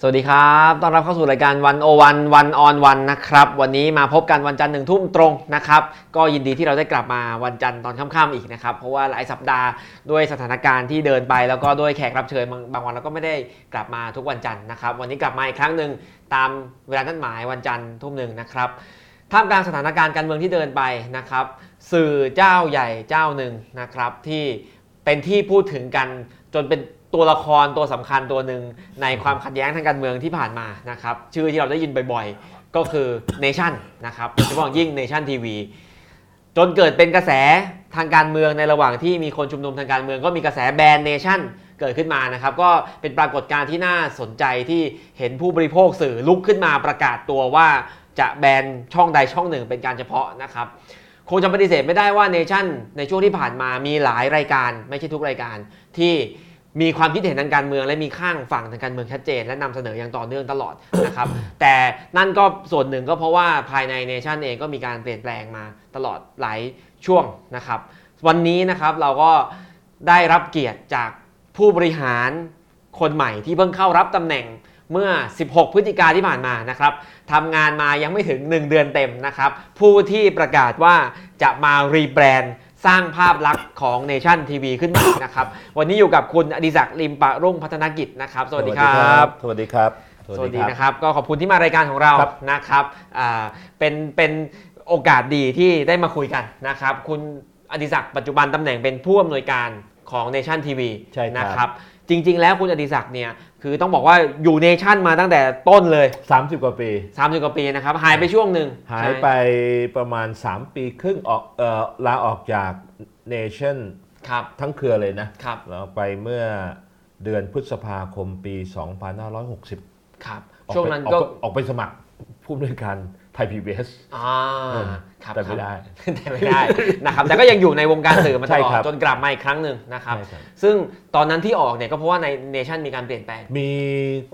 สวัสดีครับต้อนรับเข้าสู่รายการวันโอวันวันออนวันนะครับ วันนี้มาพบกันวันจันทร์หนึ่งทุ่มตรงนะครับ ก็ยินดีที่เราได้กลับมาวันจันทร์ตอนค่ำๆอีกนะครับ เพราะว่าหลายสัปดาห์ด้วยสถานการณ์ที่เดินไป แล้วก็ด้วยแขกรับเชิญบางบางวันเราก็ไม่ได้กลับมาทุกวันจันทร์นะครับ วันนี้กลับมาอีกครั้งหนึ่งตามเวลานัดหมายวันจันทร์ทุ่มหนึ่งนะครับ ท่ามกลางสถานการณ์การเมืองที่เดินไปนะครับ สื่อเจ้าใหญ่เจ้าหนึ่งนะครับ ที่เป็นที่พูดถึงกันจนเป็นตัวละครตัวสำคัญตัวหนึ่งในความขัดแย้งทางการเมืองที่ผ่านมานะครับ ชื่อที่เราได้ยินบ่อยๆ ก็คือเนชั่นนะครับโดยเฉพาะอย่างยิ่งเนชั่นทีวีจนเกิดเป็นกระแสทางการเมืองในระหว่างที่มีคนชุมนุมทางการเมืองก็มีกระแสแบนเนชั่นเกิดขึ้นมานะครับ ก็เป็นปรากฏการณ์ที่น่าสนใจที่เห็นผู้บริโภคสื่อลุกขึ้นมาประกาศตัวว่าจะแบนช่องใดช่องหนึ่งเป็นการเฉพาะนะครับ คงจะปฏิเสธไม่ได้ว่าเนชั่นในช่วงที่ผ่านมามีหลายรายการ ไม่ใช่ทุกรายการ ที่มีความคิดเห็นทางการเมือง และมีข้างฝั่งทางการเมืองชัดเจน และนำเสนออย่างต่อเนื่องตลอด นะครับ แต่นั่นก็ส่วนหนึ่งก็เพราะว่าภายในเนชั่นเองก็มีการเปลี่ยนแปลงมาตลอดหลายช่วงนะครับ วันนี้นะครับเราก็ได้รับเกียรติจากผู้บริหารคนใหม่ที่เพิ่งเข้ารับตำแหน่งเมื่อ 16 พฤศจิกาที่ผ่านมานะครับ ทำงานมายังไม่ถึง 1 เดือนเต็มนะครับ ผู้ที่ประกาศว่าจะมารีแบรนด์สร้างภาพลักษณ์ของเนชั่นทีวีขึ้นมานะครับ วันนี้อยู่กับคุณอดิศักดิ์ลิมปะรุ่งพัฒนกิจนะครับ สวัสดีครับ สวัสดีครับ สวัสดีนะครับ ก็ขอบคุณที่มารายการของเรา ครับ นะครับอ่าเป็นเป็นโอกาสดีที่ได้มาคุยกันนะครับ คุณอดิศักดิ์ปัจจุบันตำแหน่งเป็นผู้อำนวยการของเนชั่นทีวี ใช่ครับ นะครับ จริง ๆ แล้วคุณอดิศักดิ์เนี่ยคือต้องบอกว่าอยู่เนชั่นมาตั้งแต่ต้นเลย สามสิบกว่าปี 30กว่าปีนะครับ หายไปช่วงหนึ่ง หายไปประมาณ 3 ปีครึ่งออกเอ่อลาออกจากเนชั่น ครับ ทั้งเครือเลยนะครับ เราไปเมื่อเดือนพฤษภาคมปี 2560 ครับ ออกไป ช่วงนั้นก็ ออออกไปสมัครผู้อำนวยการไทยพีบีเอส อ่า เออ ครับ แต่ไม่ ครับ ได้ แต่ไม่ได้นะครับแต่ก็ยังอยู่ในวงการสื่อมาต ใช่ ลอด ครับ จนกลับมาอีกครั้งหนึ่งนะครับ ซึ่งตอนนั้นที่ออกเนี่ยก็เพราะว่าในเนชั่นมีการเปลี่ยนแปลง มี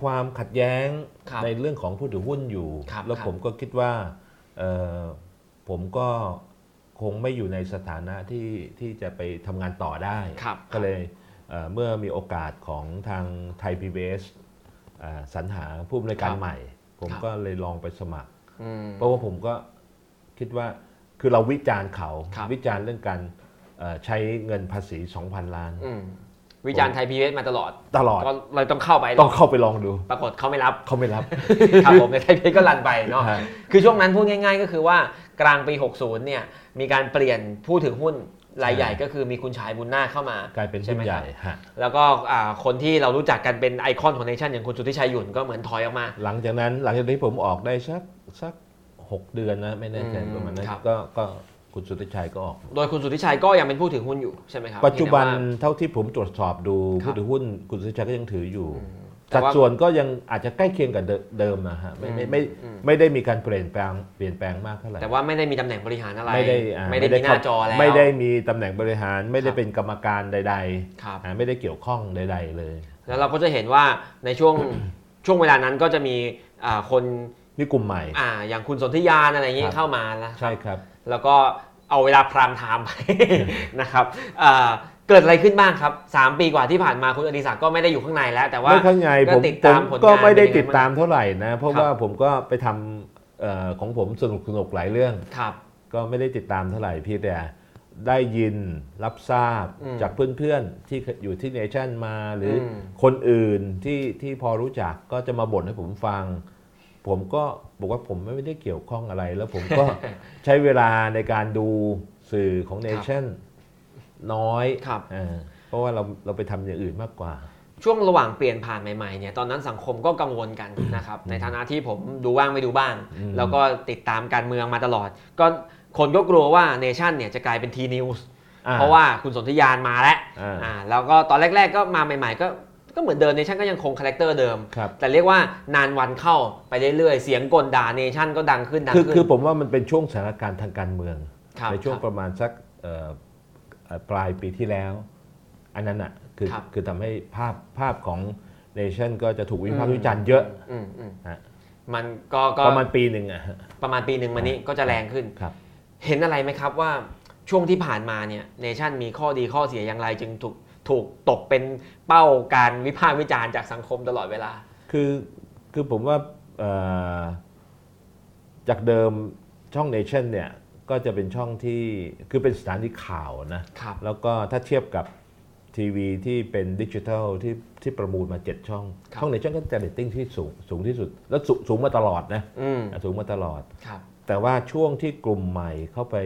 ความขัดแย้ง ครับ ในเรื่องของผู้ถือหุ้นอยู่ ครับ แล้ว ครับ ผมก็คิดว่าเอ่อผมก็คงไม่อยู่ในสถานะที่ที่จะไปทำงานต่อได้ ครับ ก็เลยเอ่อเมื่อมีโอกาสของทางไทยพีบีเอสสรรหาผู้บริการใหม่ ผมก็เลยลองไปสมัคร อืม เพราะว่าผมก็คิดว่าคือเราวิจารณ์เขา ครับ วิจารณ์เรื่องการเอ่อใช้เงินภาษี 2,000 ล้าน อืมวิจารณ์ไทยพีเอสมาตลอด ตลอด ก็เราต้องเข้าไป ต้องเข้าไปลองดู ปรากฏเขาไม่รับ เขาไม่รับ ครับผมในไทยพีเอสก็รันไปเนาะ ฮะ คือช่วงนั้นพูดง่าย ๆ ก็คือว่ากลางปี 60เนี่ยมีการเปลี่ยนผู้ถือหุ้นรายใหญ่ก็คือมีคุณชายบุญนาคเข้ามาก ก ลายเป็นหุ้นใหญ่ฮะ แล้วก็อ่าคนที่เรารู้จักกันเป็นไอคอนของเนชั่นอย่างคุณสุทธิชัยหยุ่นก็เหมือนถอยออกมา หลังจากนั้นหลังจากที่ผมออกได้สักสักหกเดือนนะไม่แน่ใจ อืม ประมาณนั้น ครับ ก็ก็คุณสุทธิชัยก็ออก โดยคุณสุทธิชัยก็ยังเป็นผู้ถือหุ้นอยู่ใช่ไหมครับ ปัจจุบัน เห็นได้ว่า เท่าที่ผมตรวจสอบดู ครับ ผู้ถือหุ้นคุณสุทธิชัยก็ยังถืออยู่ อืมแต่ สัด ว่า ส่วนก็ยังอาจจะใกล้เคียงกับเดิเดิมนะฮะไม่ไม่ไม่ อืม ไม่ได้มีการเปลี่ยนแปลงเปลี่ยนแปลงมากเท่าไหร่ แต่ว่าไม่ได้มีตำแหน่งบริหารอะไร ไม่ได้อ่า ไม่ได้มีหน้า เข้ จอแล้ว ไม่ได้มีตำแหน่งบริหารไม่ได้ ครับ เป็นกรรมการใด ครับ ๆอ่าไม่ได้เกี่ยวข้องใด ๆ เลย แล้วเราก็จะเห็นว่าในช่วง ช่วงเวลานั้นก็จะมีอ่าคน นี่กลุ่มใหม่ อ่าอย่างคุณสนธิยานอะไรอย่างนี้ ครับ เข้ามาแล้ว ใช่ครับ แล้วก็เอาเวลาพรามไทม์ไป นะครับอ่าเกิดอะไรขึ้นบ้างครับ 3 ปีกว่าที่ผ่านมาคุณอดิศักดิ์ก็ไม่ได้อยู่ข้างในแล้ว แต่ว่า ไม่ข้างใน ก็ ผม ติดตาม ผม ผลงาน ก็ไม่ได้ เป็นยังไง ติดตามเท่าไหร่นะ เพราะ ครับ ว่าผมก็ไปทำเอ่อของผมสนุกสนุกๆหลายเรื่อง ครับ ก็ไม่ได้ติดตามเท่าไหร่เพี่แต่ได้ยินรับทราบ อืม จากเพื่อนๆ ที่อยู่ที่เนชั่นมาหรืออ ม คนอื่นที่ที่พอรู้จักก็จะมาบ่นให้ผมฟัง ผมก็บอกว่าผมไม่ได้เกี่ยวข้องอะไร แล้วผม ก็ ใช้เวลาในการดูสื่อของเนชั่นน้อย ครับ อ่าเพราะว่าเราเราไปทำอย่างอื่นมากกว่า ช่วงระหว่างเปลี่ยนผ่านใหม่ๆเนี่ยตอนนั้นสังคมก็กังวลกันนะครับในฐานะที่ผมดูบ้างไม่ดูบ้าง อืม แล้วก็ติดตามการเมืองมาตลอด ก็คนก็กลัวว่าเนชั่นเนี่ยจะกลายเป็นทีนิวส์ อ่ เพราะว่าคุณสนธยานมาแล้ว อ่า อ่าแล้วก็ตอนแรกๆก็มาใหม่ๆ ก็ก็เหมือนเดิมเนชั่นก็ยังคงคาแรคเตอร์เดิม ครับ แต่เรียกว่านานวันเข้าไปเรื่อยๆ เสียงกลด่าเนชั่นก็ดังขึ้นดัง คือ ขึ้น คือผมว่ามันเป็นช่วงสถานการณ์ทางการเมือง ครับ ในช่วง ค ป รับ ระมาณสักเอ่อเอ่อปลายปีที่แล้ว อันนั้นอ่ะคือ ครับ คือทำให้ภาพภาพของเนชั่นก็จะถูกวิพากษ์วิจารณ์เยอะ อืมอืม ฮะ มันก็ก็ ประมาณปีหนึ่งอ่ะฮะ ประมาณปีหนึ่งมานี้ก็จะแรงขึ้น ครับ เห็นอะไรไหมครับว่าช่วงที่ผ่านมาเนี่ยเนชั่นมีข้อดีข้อเสียอย่างไรจึงถูกถูกตกเป็นเป้าการวิพากษ์วิจารณ์จากสังคมตลอดเวลา คือ คือผมว่าเอ่อจากเดิมช่องเนชั่นเนี่ยก็จะเป็นช่องที่คือเป็นสถานีข่าวนะ ครับ แล้วก็ถ้าเทียบกับทีวีที่เป็นดิจิทัลที่ที่ประมูลมา 7 ช่อง ครับ ช่องเนชั่นก็จะเรตติ้งที่สูงสูงที่สุด แล้วสูงสูงมาตลอดนะ อืม สูงมาตลอด ครับ แต่ว่าช่วงที่กลุ่มใหม่เข้าไป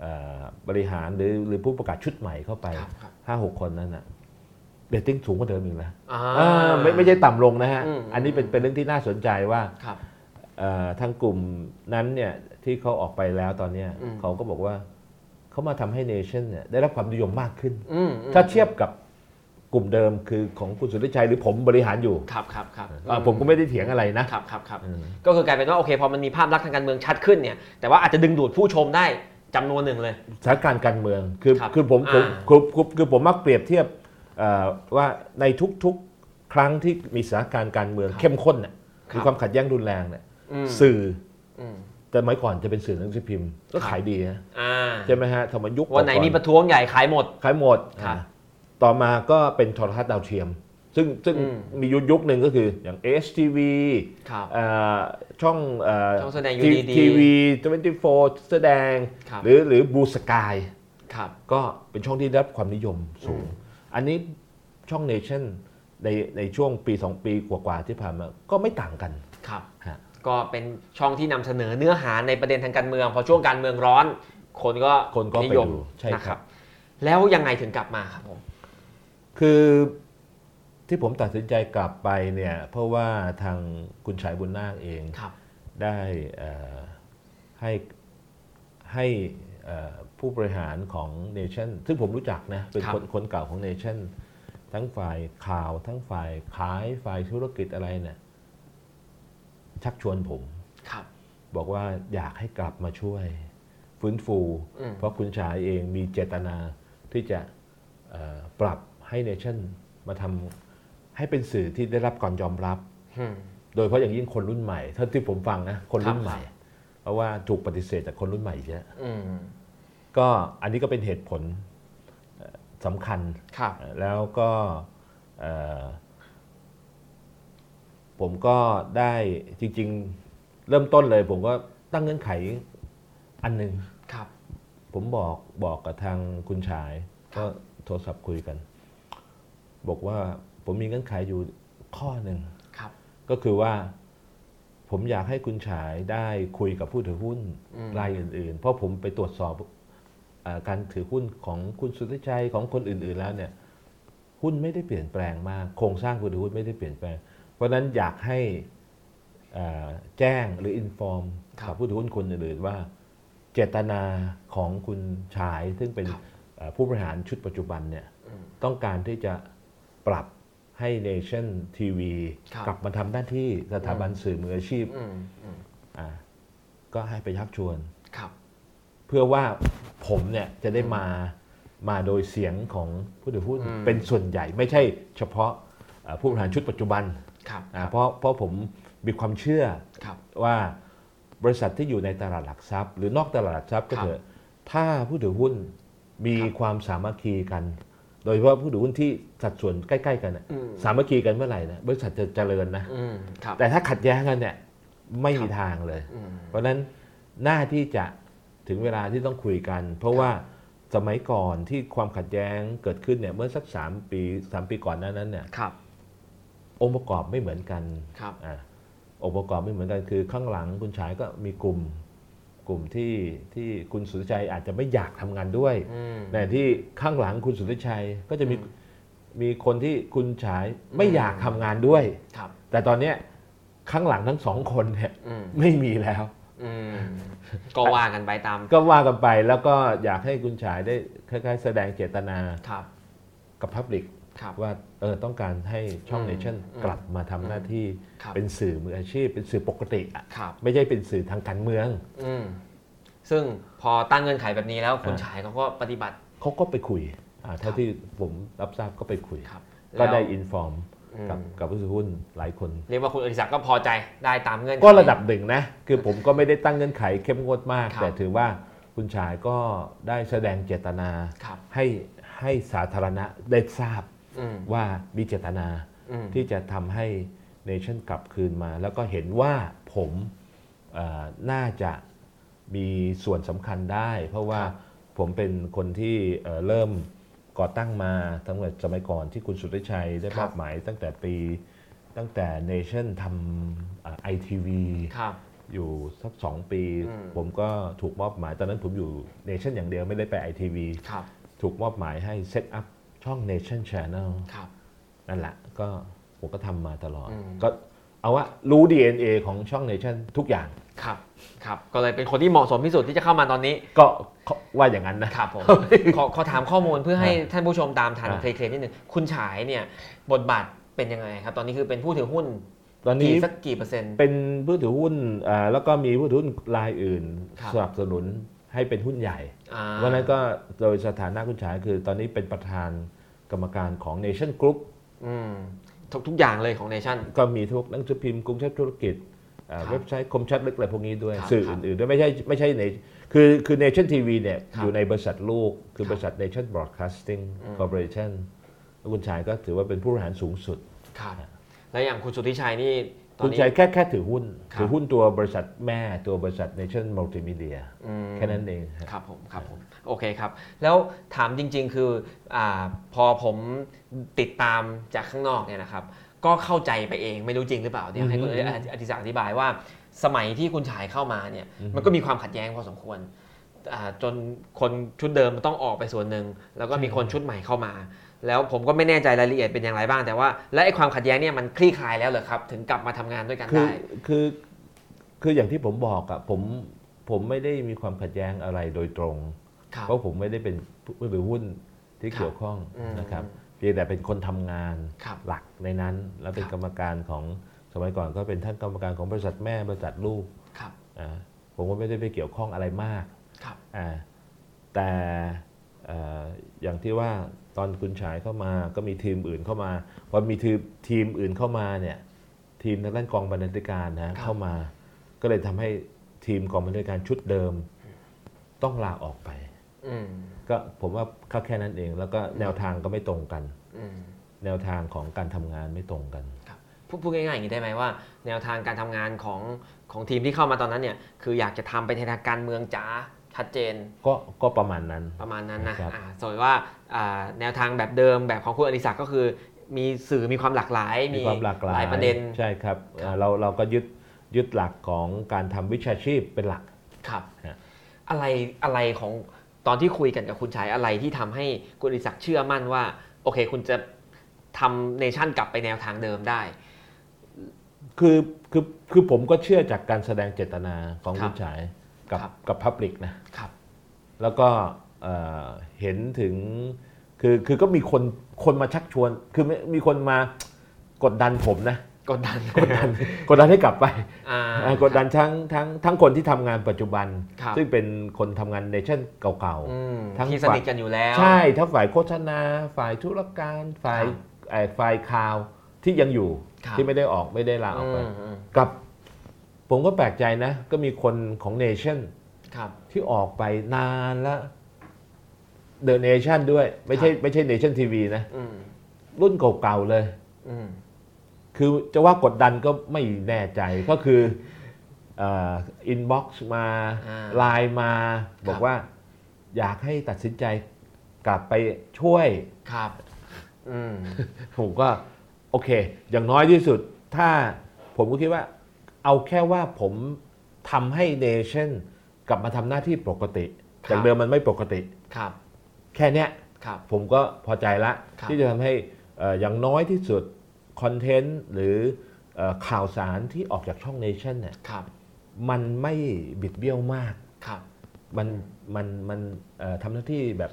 เอ่อบริหารหรือหรือผู้ประกาศชุดใหม่เข้าไป ครับครับ ห้าหกคนนั้นนะเรตติ้งสูงกว่าเดิมอีกแล้ว อ่า อ่าไม่ไม่ใช่ต่ำลงนะฮะ อืม อันนี้เป็นเป็นเรื่องที่น่าสนใจว่า ครับ เอ่อทางกลุ่มนั้นเนี่ยที่เขาออกไปแล้วตอนเนี้ย อืม เขาก็บอกว่าเขามาทำให้เนชั่นเนี่ยได้รับความนิยมมากขึ้น อืมอืม ถ้าเทียบกับกลุ่มเดิมคือของคุณสุทธิชัยหรือผมบริหารอยู่ ครับครับครับ อ่าผมก็ไม่ได้เถียงอะไรนะครับ ครับครับ อืม ก็คือกลายเป็นว่าโอเคพอมันมีภาพลักษณ์ทางการเมืองชัดขึ้นเนี่ยแต่ว่าอาจจะดึงดูดผู้ชมได้จำนวนหนึ่งเลย สถานการณ์การเมืองคือ ครับ คือผม อ่า ผมคือคือคือผมมักเปรียบเทียบเอ่อว่าในทุกๆ ครั้งที่มีสถานการณ์การเมือง ครับ เข้มข้นน่ะ ครับ มีความขัดแย้งรุนแรงเนี่ย อืม สื่อ อืม แต่เมื่อก่อนจะเป็นสื่อหนังสือพิมพ์คก็รับ ขายดีนะ อ่า ใช่ไหมฮะธรรมยุค วันไหน ก่อ มีประท้วงใหญ่ขายหมด ขายหมด ครับ อ่าต่อมาก็เป็นโทรทัศน์ดาวเทียม ซึ่งซึ่ง อืม มียุคยุคหนึ่งก็คืออย่าง HTV ครับ เอ่อช่องเอ่อ ช่องแสดงอยู่ดีๆ ทีวี24แสดง ครับ หรือหรือบูสกาย ครับ ก็เป็นช่องที่ได้รับความนิยมสูง อันนี้ช่องเนชั่นในในช่วงปี 2 ปีกว่าๆที่ผ่านมาก็ไม่ต่างกัน ครับ ฮะ ก็เป็นช่องที่นำเสนอเนื้อหาในประเด็นทางการเมือง พอช่วงการเมืองร้อน คนก็ คนก็ นิ ไป ยม ดูใช่ นะ ค ค รั รับ บ แล้วยังไงถึงกลับมาครับผม คือที่ผมตัดสินใจกลับไปเนี่ยเพราะว่าทางคุณชายบุญนาคเอง ครับ ได้เอ่อให้ให้เอ่อผู้บริหารของเนชั่นซึ่งผมรู้จักนะเป็นคนคนเก่าของเนชั่นทั้งฝ่ายข่าวทั้งฝ่ายขายฝ่ายธุรกิจอะไรเนี่ยชักชวนผม ครับ บอกว่าอยากให้กลับมาช่วย ฟื้นฟู อืม เพราะคุณชายเองมีเจตนาที่จะเอ่อปรับให้เนชั่นมาทำให้เป็นสื่อที่ได้รับการยอมรับ อืม โดยเฉพาะอย่างยิ่งคนรุ่นใหม่เท่าที่ผมฟังนะคนรุ่คนรับ ใหม่ เพราะว่าถูกปฏิเสธจากคนรุ่นใหม่เยอะ อืม ก็อันนี้ก็เป็นเหตุผลเอ่อสำคัญ ครับ แล้วก็เอ่อผมก็ได้จริง ๆ เริ่มต้นเลย ผมก็ตั้งเงื่อนไขอันหนึ่ง ครับ ผมบอกบอกกับทางคุณชาย ก็โทรศัพท์คุยกัน บอกว่าผมมีเงื่อนไขอยู่ข้อหนึ่ง ครับ ก็คือว่า ผมอยากให้คุณฉายได้คุยกับผู้ถือหุ้น อืม รายอื่น ๆ เพราะผมไปตรวจสอบเออการถือหุ้นของคุณสุทธิชัยของคนอื่น ๆ แล้วเนี่ย หุ้นไม่ได้เปลี่ยนแปลงมากโครงสร้างผู้ถือหุ้นไม่ได้เปลี่ยนแปลง เพราะฉะนั้นอยากให้เอ่อแจ้งหรืออินฟอร์มกับผู้ถือหุ้นคนอื่น ๆ ว่า เจตนาของคุณฉาย ซึ่งเป็น ครับ เอ่อผู้บริหารชุดปัจจุบันเนี่ย อืม ต้องการที่จะปรับให้ Nation TV ครับ กลับมาทำหน้าที่สถาบันสื่อมืออาชีพ อืมอืม อ่ะก็ให้ไปชักชวน ครับ เพื่อว่าผมเนี่ยจะได้มามาโดยเสียงของผู้ถือหุ้น อืม เป็นส่วนใหญ่ไม่ใช่เฉพาะเอ่อผู้บริหารชุดปัจจุบัน ครับ อ่ะเพราะเพราะผมมีความเชื่อ ครับ ว่าบริษัทที่อยู่ในตลาดหลักทรัพย์ หรือนอกตลาดหลักทรัพย์ก็เถอะถ้าผู้ถือหุ้นมีความสามัคคีกัน โดยเฉพาะผู้ถือหุ้นที่สัดส่วนใกล้ๆกันน่ะ อืม สามัคคีกันเมื่อไหร่นะบริษัทจะเจริญนะ อืมครับ แต่ถ้าขัดแย้งกันเนี่ยไม่ ครั มี บ ทางเลย อืม เพราะฉะนั้นหน้าที่จะถึงเวลาที่ต้องคุยกัน เพราะว่าสมัยก่อนที่ความขัดแย้งเกิดขึ้นเนี่ยเมื่อสักสามปีสามปีก่อนหน้านั้นเนี่ย ครับ องค์ประกอบไม่เหมือนกัน ครับ อ่ะองค์ประกอบไม่เหมือนกันคือข้างหลังคุณชายก็มีกลุ่มกลุ่มที่ที่คุณสุทธิชัยอาจจะไม่อยากทำงานด้วย อืม แต่ที่ข้างหลังคุณสุทธิชัยก็จะมีมีคนที่คุณชายไม่อยากทำงานด้วย ครับ แต่ตอนเนี้ยข้างหลังทั้งสองคนเนี่ย อืม ไม่มีแล้ว อืมก็ว่ากันไปตาม ก็ว่ากันไปแล้วก็อยากให้คุณชายได้คล้ายๆแสดงเจตนา ครับ กับพับลิก ครับ ว่าเออต้องการให้ช่อง อืม เนชั่น อืม กลับมาทำหน้าที่ ครับ เป็นสื่อมืออาชีพ เป็นสื่อปกติอะ ครับ ไม่ใช่เป็นสื่อทางการเมือง อืมซึ่งพอตั้งเงื่อนไขแบบนี้แล้วคุณ อ่า ชายเขาก็ปฏิบัติ เขาก็ไปคุยอ่าเท่า ครับ ที่ผมรับทราบก็ไปคุย ครับ ก็ได้ แล้ว อินฟอร์ม อืม กับกับผู้ถือหุ้นหลายคน เรียกว่าคุณอริศักดิ์ก็พอใจได้ตามเงื่อนไข ก็ระดับหนึ่งนะ คือผมก็ไม่ได้ตั้งเงื่อนไขเข้มงวดมาก ครับ แต่ถือว่าคุณชายก็ได้แสดงเจตนา ครับ ให้ให้สาธารณะได้ทราบ อืม ว่ามีเจตนา อืม ที่จะทำให้ เนชั่นกลับคืนมา แล้วก็เห็นว่าผมเอ่อน่าจะมีส่วนสำคัญได้ เพราะว่าผมเป็นคนที่เอ่อเริ่มก่อตั้งมาตั้งแต่สมัยก่อนที่คุณสุทธิชัยได้ ครั มา บ บหมายตั้งแต่ปีตั้งแต่เนชั่นทำไอทีวี ครับ อยู่สัก 2 ปี อืม ผมก็ถูกมอบหมาย ตอนนั้นผมอยู่เนชั่นอย่างเดียวไม่ได้ไปไอทีวี ครับ ถูกมอบหมายให้เซตอัพช่อง Nation Channel ครับ นั่นแหละก็ผมก็ทำมาตลอด อืม ก็เอาว่ารู้ DNA ของช่อง Nation ทุกอย่าง ครับ ครับ ก็เลยเป็นคนที่เหมาะสมที่สุดที่จะเข้ามาตอนนี้ ก็ว่าอย่างนั้นนะ ครับผม ขอขอถามข้อมูลเพื่อให้ท่านผู้ชมตามทัน อ่ะ เคลียร์ๆนิดนึง คุณฉายเนี่ยบทบาทเป็นยังไงครับ ตอนนี้คือเป็นผู้ถือหุ้น ตอนนี้ กี่สักกี่เปอร์เซ็นต์ เป็นผู้ถือหุ้นอ่าแล้วก็มีผู้ถือหุ้นรายอื่น ครับ สนับสนุนให้เป็นหุ้นใหญ่ อ่า วันนั้นก็โดยสถานะคุณชายคือตอนนี้เป็นประธานกรรมการของ Nation Group อืมทุกทุกอย่างเลยของเนชั่น ก็มีทุกหนังสือพิมพ์กรุงเทพธุรกิจอ่า ครับ เว็บไซต์คมชัดลึกอะไรพวกนี้ด้วย ครับ สื่ออื่นๆด้วยไม่ใช่ไม่ใช่ในคือคือเนชั่นทีวีเนี่ย ครับ อยู่ในบริษัทลูก คือ ครับ บริษัทเนชั่นบรอดคาสติ้ง อืม คอร์ปอเรชั่นคุณชายก็ถือว่าเป็นผู้บริหารสูงสุด ครับ แล้วอย่างคุณสุทธิชัยนี่ตอน คุณ นี้ ชายแค่แค่ถือหุ้น ครับ ถือหุ้นตัวบริษัทแม่ตัวบริษัทเนชั่นมัลติมีเดีย อืม แค่นั้นเองฮะ ครับผมครับผมโอเคครับ แล้วถามจริงๆคืออาพอผมติดตามจากข้างนอกเนี่ยนะครับ ก็เข้าใจไปเองไม่รู้จริงหรือเปล่าเนี่ยให้คุณ อื อ อฮึ ธิศักดิ์อธิบายว่า สมัยที่คุณชายเข้ามาเนี่ย อือฮึ มันก็มีความขัดแย้งพอสมควรอ่าจนคนชุดเดิมต้องออกไปส่วนหนึ่งแล้วก็มีคนชุดใหม่เข้ามา แล้วผมก็ไม่แน่ใจรายละเอียดเป็นอย่างไรบ้างแต่ว่า และไอ้ความขัดแย้งเนี่ยมันคลี่คลายแล้วเหรอครับ ถึงกลับมาทำงานด้วยกัน คือ ได้ คือคืออย่างที่ผมบอกอะผมผมไม่ได้มีความขัดแย้งอะไรโดยตรง ครับ เพราะผมไม่ได้เป็นผู้ถือหุ้นที่ ครับ เกี่ยวข้อง อืม นะครับเพียงแต่เป็นคนทำงาน ครับ หลักในนั้น แล้วเป็น ครับ กรรมการของสมัยก่อนก็เป็นท่านกรรมการของบริษัทแม่บริษัทลูก ครับ อ่าผมก็ไม่ได้ไปเกี่ยวข้องอะไรมาก ครับ อ่าแต่เอ่ออย่างที่ว่าตอนคุณฉายเข้ามาก็มีทีมอื่นเข้ามาพอมีทีมทีมอื่นเข้ามาเนี่ยทีมทางด้านกองบรรณาธิการนะเข้ามา ก็เลยทำให้ทีมกองบรรณาธิการชุดเดิมต้องลาออกไป อืม ก็ผมว่าก็แค่นั้นเอง แล้วก็แนวทางก็ไม่ตรงกัน อืม แนวทางของการทำงานไม่ตรงกัน พูดพูดง่ายๆอย่างนี้ได้ไหมว่า แนวทางการทำงานของของทีมที่เข้ามาตอนนั้นเนี่ยคืออยากจะทำไปในทางการเมืองจ๋าชัดเจน ก็ก็ประมาณนั้น ประมาณนั้นนะครับ อ่าส่วนว่าอ่าแนวทางแบบเดิมแบบของคุณอดิศักดิ์ก็คือ มีสื่อมีความหลากหลาย มีความหลากหลาย ประเด็น ใช่ครับ ครับ เราเราก็ยึดยึดหลักของการทำวิชาชีพเป็นหลัก ครับ ฮะ อะไรอะไรของตอนที่คุยกันกับคุณชายอะไรที่ทำให้คุณอดิศักดิ์เชื่อมั่นว่าโอเค คุณจะทำเนชั่นกลับไปแนวทางเดิมได้ คือคือคือผมก็เชื่อจากการแสดงเจตนาของ ครับ คุณฉายกับ ครับ กับพับลิกนะครับ แล้วก็เอ่อเห็นถึงคือคือก็มีคนคนมาชักชวน คือไม่มีคนมากดดันผมนะ กดดัน กดดันกดดันให้กลับไป อ่า อ่ากดดันทั้งทั้งทั้งคนที่ทำงานปัจจุบัน ครับ ซึ่งเป็นคนทำงานเนชั่นเก่า อืม ทั้ง ที่สนิทกันอยู่แล้ว ๆ ใช่ทั้งฝ่ายโฆษณา ฝ่ายธุรการ ฝ่าย ครับ เอ่อฝ่ายข่าวที่ยังอยู่ ครับ ที่ไม่ได้ออกไม่ได้ลาออกไป อืมอืม กับ ผมก็แปลกใจนะ ก็มีคนของเนชั่น ครับ ที่ออกไปนานละเดอะเนชั่นด้วย ไม่ใช่ไม่ใช่เนชั่นทีวีนะ อืม รุ่นเก่าๆเลย อืม คือจะว่ากดดันก็ไม่แน่ใจก็คืออินบ็อกซ์มา อ่า ไลน์มา ครับ บอกว่าอยากให้ตัดสินใจกลับไปช่วย ครับ อืม ผมก็โอเค อย่างน้อยที่สุด ถ้าผมก็คิดว่า เอาแค่ว่าผมทำให้เนชั่นกลับมาทำหน้าที่ปกติ ครับ จากเดิมมันไม่ปกติ ครับ แค่เนี้ย ครับ ผมก็พอใจละ ครับ ที่จะทำให้เอ่ออย่างน้อยที่สุด คอนเทนต์หรือเอ่อข่าวสารที่ออกจากช่องเนชั่นเนี่ย ครับ มันไม่บิดเบี้ยวมาก ครับ มัน มัน มันเอ่อทำหน้าที่แบบ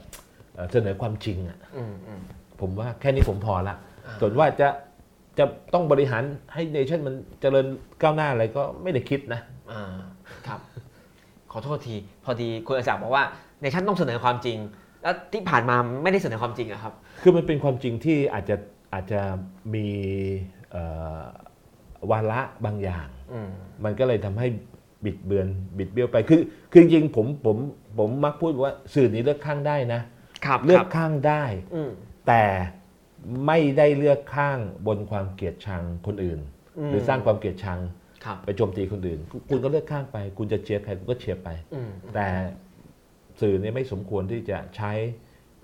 เอ่อเสนอความจริงอะ อืมอืม ผมว่าแค่นี้ผมพอละ อ่า ส่วนว่าจะ จะต้องบริหารให้เนชั่นมันเจริญก้าวหน้าอะไรก็ไม่ได้คิดนะ อ่า ครับ ขอโทษที พอดีคุณอาจารย์บอกว่าในชั้นต้องเสนอความจริง แล้วที่ผ่านมาไม่ได้เสนอความจริงอะครับ คือมันเป็นความจริงที่อาจจะ อาจจะมีเอ่อวาระบางอย่าง อืม มันก็เลยทำให้บิดเบือน บิดเบี้ยวไป คือ คือจริงๆผม ผม ผมมักพูดว่าสื่อนี้เลือกข้างได้นะ ครับ เลื ค อ รั ก บ ข้างได้ อืม แต่ไม่ได้เลือกข้างบนความเกลียดชังคนอื่น อ ม หรือสร้างความเกลียดชัง ครับ ไปโจมตีคนอื่น คุณก็เลือกข้างไป คุณจะเชียร์ใครคุณก็เชียร์ไป อืม แต่สื่อเนี่ยไม่สมควรที่จะใช้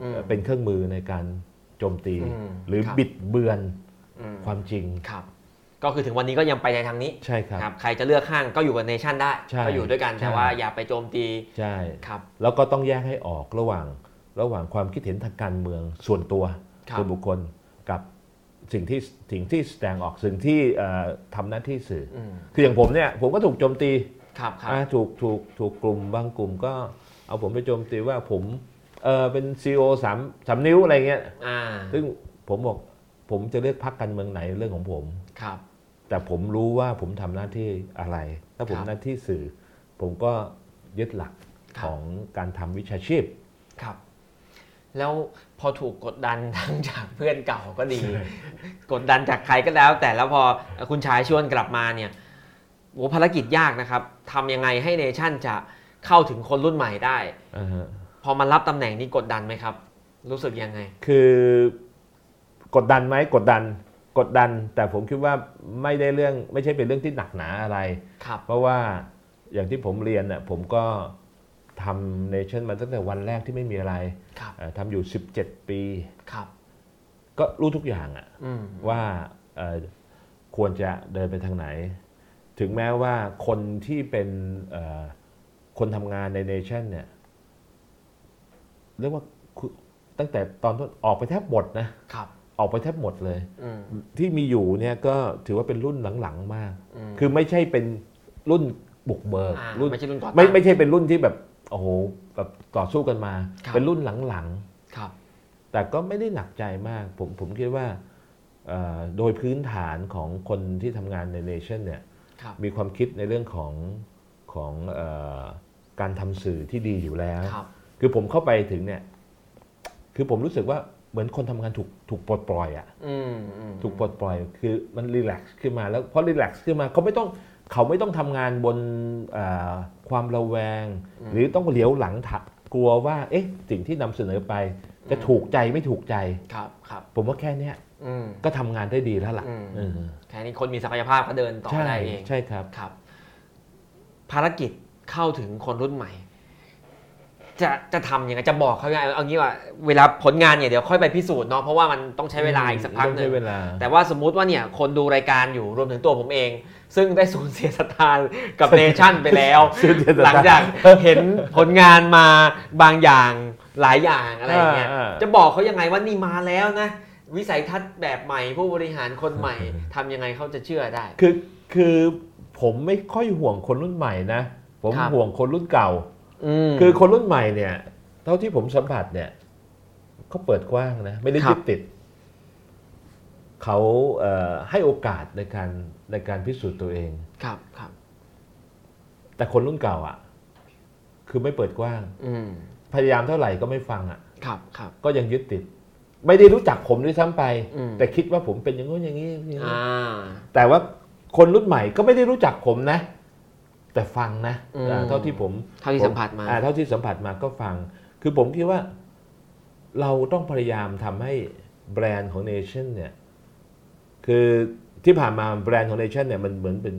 อืม เป็นเครื่องมือในการโจมตี อืม หรือ ครับ บิดเบือน อืม ความจริง ครับ ก็คือถึงวันนี้ก็ยังไปในทางนี้ ใช่ครับ ครับ ใครจะเลือกข้างก็อยู่กับเนชั่นได้ ใช่ ก็อยู่ด้วยกัน ใช่ แต่ว่าอย่าไปโจมตี ใช่ ครับ แล้วก็ต้องแยกให้ออกระหว่างระหว่างความคิดเห็นทางการเมืองส่วนตัว ครับ ส่วนบุคคลกับสิ่งที่สิ่งที่แสดงออกสิ่งที่เอ่อทำหน้าที่สื่ออ อืม คืออย่างผมเนี่ยผมก็ถูกโจมตี ครับครับ อ่าถูกถูกถูกกลุ่มบางกลุ่มก็เอาผมไปโจมตีว่าผมเออเป็นซีอสามสามนิ้วอะไรเงี้ย อ่า ซึ่งผมบอกผมจะเลือกพักการเมืองไหนเรื่องของผม ครับ แต่ผมรู้ว่าผมทำหน้าที่อะไร ถ้าผม ครับ หน้าที่สื่อ ผมก็ยึดหลักของการทำวิชาชีพ ครับ แล้วพอถูกกดดันทั้งจากเพื่อนเก่าก็ดี กดดันจากใครก็แล้ว แต่แล้วพอคุณชายชวนกลับมาเนี่ยโหภารกิจยากนะครับทำยังไงให้เนชั่นจะเข้าถึงคนรุ่นใหม่ได้ อ่าฮะ พอมารับตำแหน่งนี้กดดันไหมครับ รู้สึกยังไง คือกดดันไหมกดดันกดดัน แต่ผมคิดว่าไม่ได้เรื่องไม่ใช่เป็นเรื่องที่หนักหนาอะไร ครับ เพราะว่าอย่างที่ผมเรียนน่ะผมก็ทำเนชั่นมาตั้งแต่วันแรกที่ไม่มีอะไร ครับ เอ่อทำอยู่ 17 ปี ครับ ก็รู้ทุกอย่างอะ อืม ว่าเอ่อควรจะเดินไปทางไหน ถึงแม้ว่าคนที่เป็นเอ่อคนทำงานในเนชั่นเนี่ยเรียกว่าคือตั้งแต่ตอนต้นออกไปแทบหมดนะ ครับ ออกไปแทบหมดเลย อืม ที่มีอยู่เนี่ยก็ถือว่าเป็นรุ่นหลังๆมาก อืม คือไม่ใช่เป็นรุ่นบุกเบิก อ่า รุ่น ไม่ใช่รุ่นก่อน ไม่ไม่ใช่เป็นรุ่นที่แบบโอ้โหแบบต่อสู้กันมา ครับ เป็นรุ่นหลัง ครับ ๆ แต่ก็ไม่ได้หนักใจมาก ผมผมคิดว่าเอ่อโดยพื้นฐานของคนที่ทำงานในเนชั่นเนี่ย ครับ มีความคิดในเรื่องของของเออการทำสื่อที่ดีอยู่แล้ว ครับ คือผมเข้าไปถึงเนี่ยคือผมรู้สึกว่าเหมือนคนทำงานถูกถูกปลดปล่อยอะ อืมอืม ถูกปลดปล่อยคือมันรีแลกซ์ขึ้นมาแล้วพอรีแลกซ์ขึ้นมาเขาไม่ต้องเขาไม่ต้องทำงานบนเอ่อความระแวง หรือต้องเหลียวหลังถะกลัวว่าเอ๊ะสิ่งที่นำเสนอไป จะถูกใจไม่ถูกใจ ครับ ครับ ผมว่าแค่เนี้ย อืม ก็ทำงานได้ดีแล้วล่ะ อืม เออ แค่นี้คนมีศักยภาพก็เดินต่อ ใช่ ได้เอง ใช่ครับ ครับ ภารกิจเข้าถึงคนรุ่นใหม่ จะจะทำยังไงจะบอกเขายังไงเอางี้ว่าเวลาผลงานเนี่ยเดี๋ยวค่อยไปพิสูจน์เนาะเพราะว่ามันต้องใช้เวลาอีกสักพักหนึ่ ต้อง ง ใช้เวลา แต่ว่าสมมุติว่าเนี่ยคนดูรายการอยู่รวมถึงตัวผมเอง ซึ่งได้สูญเสียศรัทธากับเนชั่นไปแล้ว สูญเสียศรัทหธาลังจากเห็นผลงานมาบางอย่างหลายอย่างอะไรอย่างเงี้ย อ่าอ่า จะบอกเขายังไงว่านี่มาแล้วนะ วิสัยทัศน์แบบใหม่ผู้บริหารคนใหม่ทำยังไงเขาจะเชื่อได้ คือคือผมไม่ค่อยห่วงคนรุ่นใหม่นะ ผม ครับ ห่วงคนรุ่นเก่า ม คือคนรุ่นใหม่เนี่ย เท่าที่ผมสัมผัสเนี่ยเขาเปิดกว้างนะ ไม่ได้ ครับ ยึดติด เขาเอ่อให้โอกาสในการในการพิสูจน์ตัวเอง ครับครับ แต่คนรุ่นเก่าอ่ะ คือไม่เปิดกว้าง อืม พยายามเท่าไหร่ก็ไม่ฟังอ่ะ ครับครับ ก็ยังยึดติด ไม่ได้รู้จักผมด้วยซ้ำไป อืม แต่คิดว่าผมเป็นอย่างงู้นอย่างนี้อย่างงี้ อ่า แต่ว่าคนรุ่นใหม่ก็ไม่ได้รู้จักผมนะ แต่ฟังนะอ่าเท่าที่ผม เท่าที่สัมผัสมา อ่เท่าที่สัมผัสมาก็ฟัง คือผมคิดว่าเราต้องพยายามทำให้แบรนด์ของเนชั่นเนี่ย คือที่ผ่านมาแบรนด์ของเนชั่นเนี่ยมันเหมือนเป็น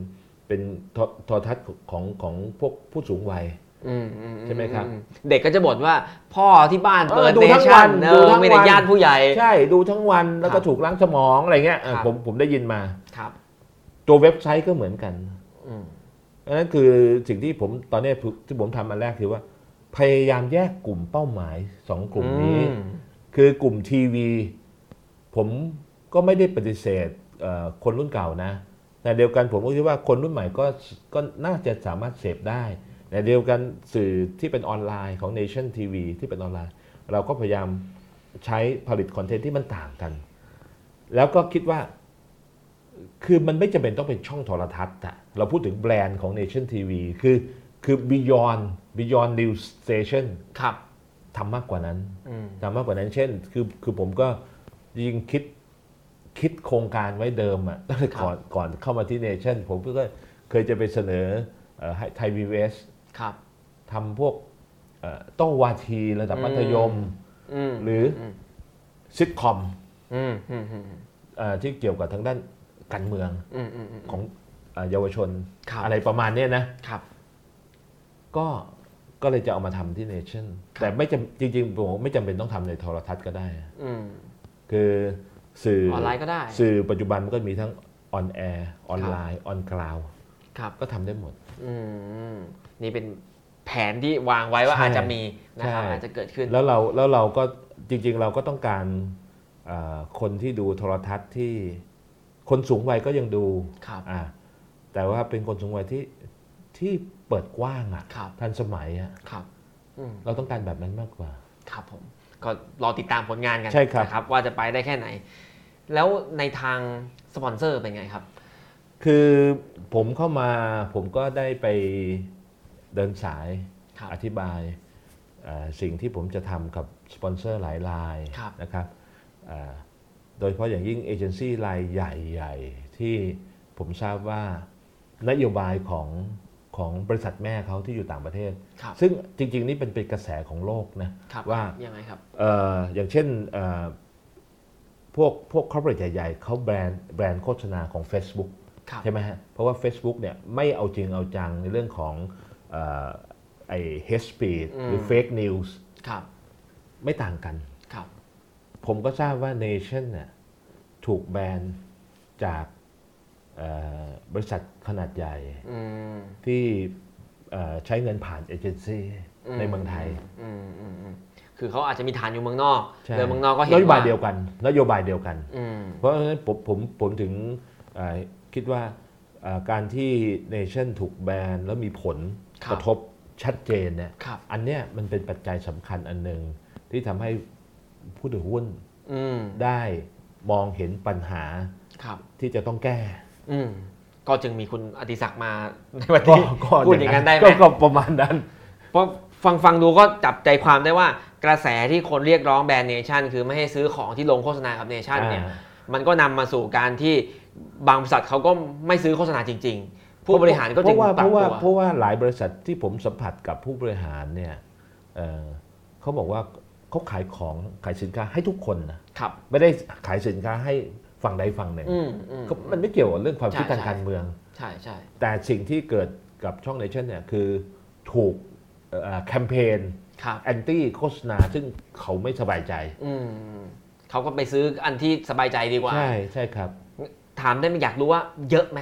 เป็นโทโทรทัศน์ของของพวกผู้สูงวัย อืมอือื ใช่ไหมครับ อืเด็กก็จะบ่นว่า พ่อที่บ้าน เออ เปิด ดู เน ทั้งวั ชั่น น เอ ดู อ ทั้ง ไม่ได้ วัน ญาติผู้ใหญ่ ใช่ดูทั้งวันแล้วคก็รับ ถูกล้างสมองอะไรเงี้ยเออ ครับ ผมผมได้ยินมา ครับ ตัวเว็บไซต์ก็เหมือนกัน อืม อันนั้นคือสิ่งที่ผมตอนเนี้ยที่ผมทำอันแรกคือว่า พยายามแยกกลุ่มเป้าหมายสองกลุ่มนี้ อืม คือกลุ่มทีวีผมก็ไม่ได้ปฏิเสธเอ่อคนรุ่นเก่านะแต่เดียวกันผมก็คิดว่าคนรุ่นใหม่ก็ก็น่าจะสามารถเสพได้แต่เดียวกันสื่อที่เป็นออนไลน์ของ Nation TV ที่เป็นออนไลน์ เราก็พยายามใช้ผลิตคอนเทนต์ที่มันต่างกัน แล้วก็คิดว่าคือมันไม่จำเป็นต้องเป็นช่องโทรทัศน์อะเราพูดถึงแบรนด์ของ Nation TV คือคือ Beyond Beyond News Station ครับ ทำมากกว่านั้น อืม ทำมากกว่านั้นเช่น คือคือผมก็จริงๆคิดคิดโครงการไว้เดิมอะตั้ งแต่ก่อนก่อนเข้ามาที่เนชั่นผมก็เคยจะไปเสนอเอ่อให้ไทยวีเอส ครับ ทำพวกเอ่อโต้องวาทีระดับ อืม มัธยม อืม หรืออซิทคอม อืมอืมอืม เอ่อที่เกี่ยวกับทางด้าน การเมือง อืมอืมอืม ของเอ่อเยาวชน ครับ อะไรประมาณเนี้ยนะ ครับ ก็ก็เลยจะเอามาทำที่เนชั่น ครับ แต่ไม่จำจริงๆผมไม่จำเป็นต้องทำในโทรทัศน์ก็ได้ อืม คือสื่อ ออนไลน์ก็ได้ สื่อปัจจุบันมันก็มีทั้งออนแอร์ออนไลน์ออนกลาว ครับ ก็ทำได้หมด อืมนี่เป็นแผนที่วางไว้ว่า ใช่ อาจจะมีนะครับ ใช่ อาจจะเกิดขึ้น แล้วเราแล้วเราก็จริง ๆ เราก็ต้องการเอ่อคนที่ดูโทรทัศน์ที่คนสูงวัยก็ยังดู ครับ อ่าแต่ว่าเป็นคนสูงวัยที่ที่เปิดกว้างอะ ครับ ทันสมัยอะ ครับ อืม เราต้องการแบบนั้นมากกว่า ครับผมก็รอติดตามผลงานกัน ใช่ครับ นะว่าจะไปได้แค่ไหน แล้วในทางสปอนเซอร์เป็นไงครับ คือผมเข้ามาผมก็ได้ไปเดินสาย ครับ อธิบายเอ่อสิ่งที่ผมจะทำกับสปอนเซอร์หลายราย ครับ นะครับเอ่อโดยเฉพาะอย่างยิ่งเอเจนซี่รายใหญ่ๆ ที่ผมทราบว่านโยบายของของบริษัทแม่เขาที่อยู่ต่างประเทศ ครับ ซึ่งจริงๆ นี่เป็นเป็นกระแสของโลกนะครับว่า ยังไงครับ เอ่ออย่างเช่นเอ่อพวกพวกคอร์ปอเรทใหญ่ๆเขาแบรนด์แบรนด์โฆษณาของ Facebook ครับ ใช่ไหมฮะ เพราะว่า Facebook เนี่ยไม่เอาจริงเอาจังในเรื่องของเอ่อไอ้ hate speech หรือ ม fake news ครับ ไม่ต่างกัน ครับ ผมก็ทราบว่า Nation เนี่ยถูกแบนจากเอ่อบริษัทขนาดใหญ่ อืม ที่เอ่อใช้เงินผ่านเอเจนซี่ อืม ในเมืองไทย อืมอืมอืมคือเขาอาจจะมีฐานอยู่เมืองนอก ใช่ เดินเมืองนอกก็เห็น นโยบาย ว่ เดียวกัน นโยบายเดียวกัน อืม เพราะฉะนั้นผมผมผมถึงเอ่อคิดว่าเอ่อการที่เนชั่นถูกแบนแล้วมีผล ครับ กระทบชัดเจนเนี่ย ครับ อันเนี้ยมันเป็นปัจจัยสำคัญอันหนึ่งที่ทำให้ผู้ถือหุ้น อืม ได้มองเห็นปัญหา ครับ ที่จะต้องแก้ อืม ก็จึงมีคุณอดิศักดิ์มาในวันนี้พูดอย่างนั้นได้ไหม ก็ก็ประมาณนั้น เพราะฟังฟังดูก็จับใจความได้ว่ากระแสที่คนเรียกร้องแบรนด์เนชั่นคือไม่ให้ซื้อของที่ลงโฆษณากับเนชั่นเนี่ย อ่า มันก็นำมาสู่การที่บางบริษัทเขาก็ไม่ซื้อโฆษณาจริง ๆ ผู้บริหารก็ เพ จึง ราะว่า ป เพ รับ ราะว่า ตัว เพราะว่าหลายบริษัทที่ผมสัมผัสกับผู้บริหารเนี่ยเอ่อเขาบอกว่าเขาขายของขายสินค้าให้ทุกคนนะครับ ไม่ได้ขายสินค้าให้ฝั่งใดฝั่งหนึ่ง อืมอืม ก็มันไม่เกี่ยวกับเรื่องความคิด ใช่ ทาง ใช่ การเมือง ใช่ใช่ แต่สิ่งที่เกิดกับช่องเนชั่นเนี่ยคือถูกเอ่อแคมเปญ ครับ แอนตี้โฆษณาซึ่งเขาไม่สบายใจ อืมเขาก็ไปซื้ออันที่สบายใจดีกว่า ใช่ใช่ครับ ถามได้ไหมอยากรู้ว่าเยอะไหม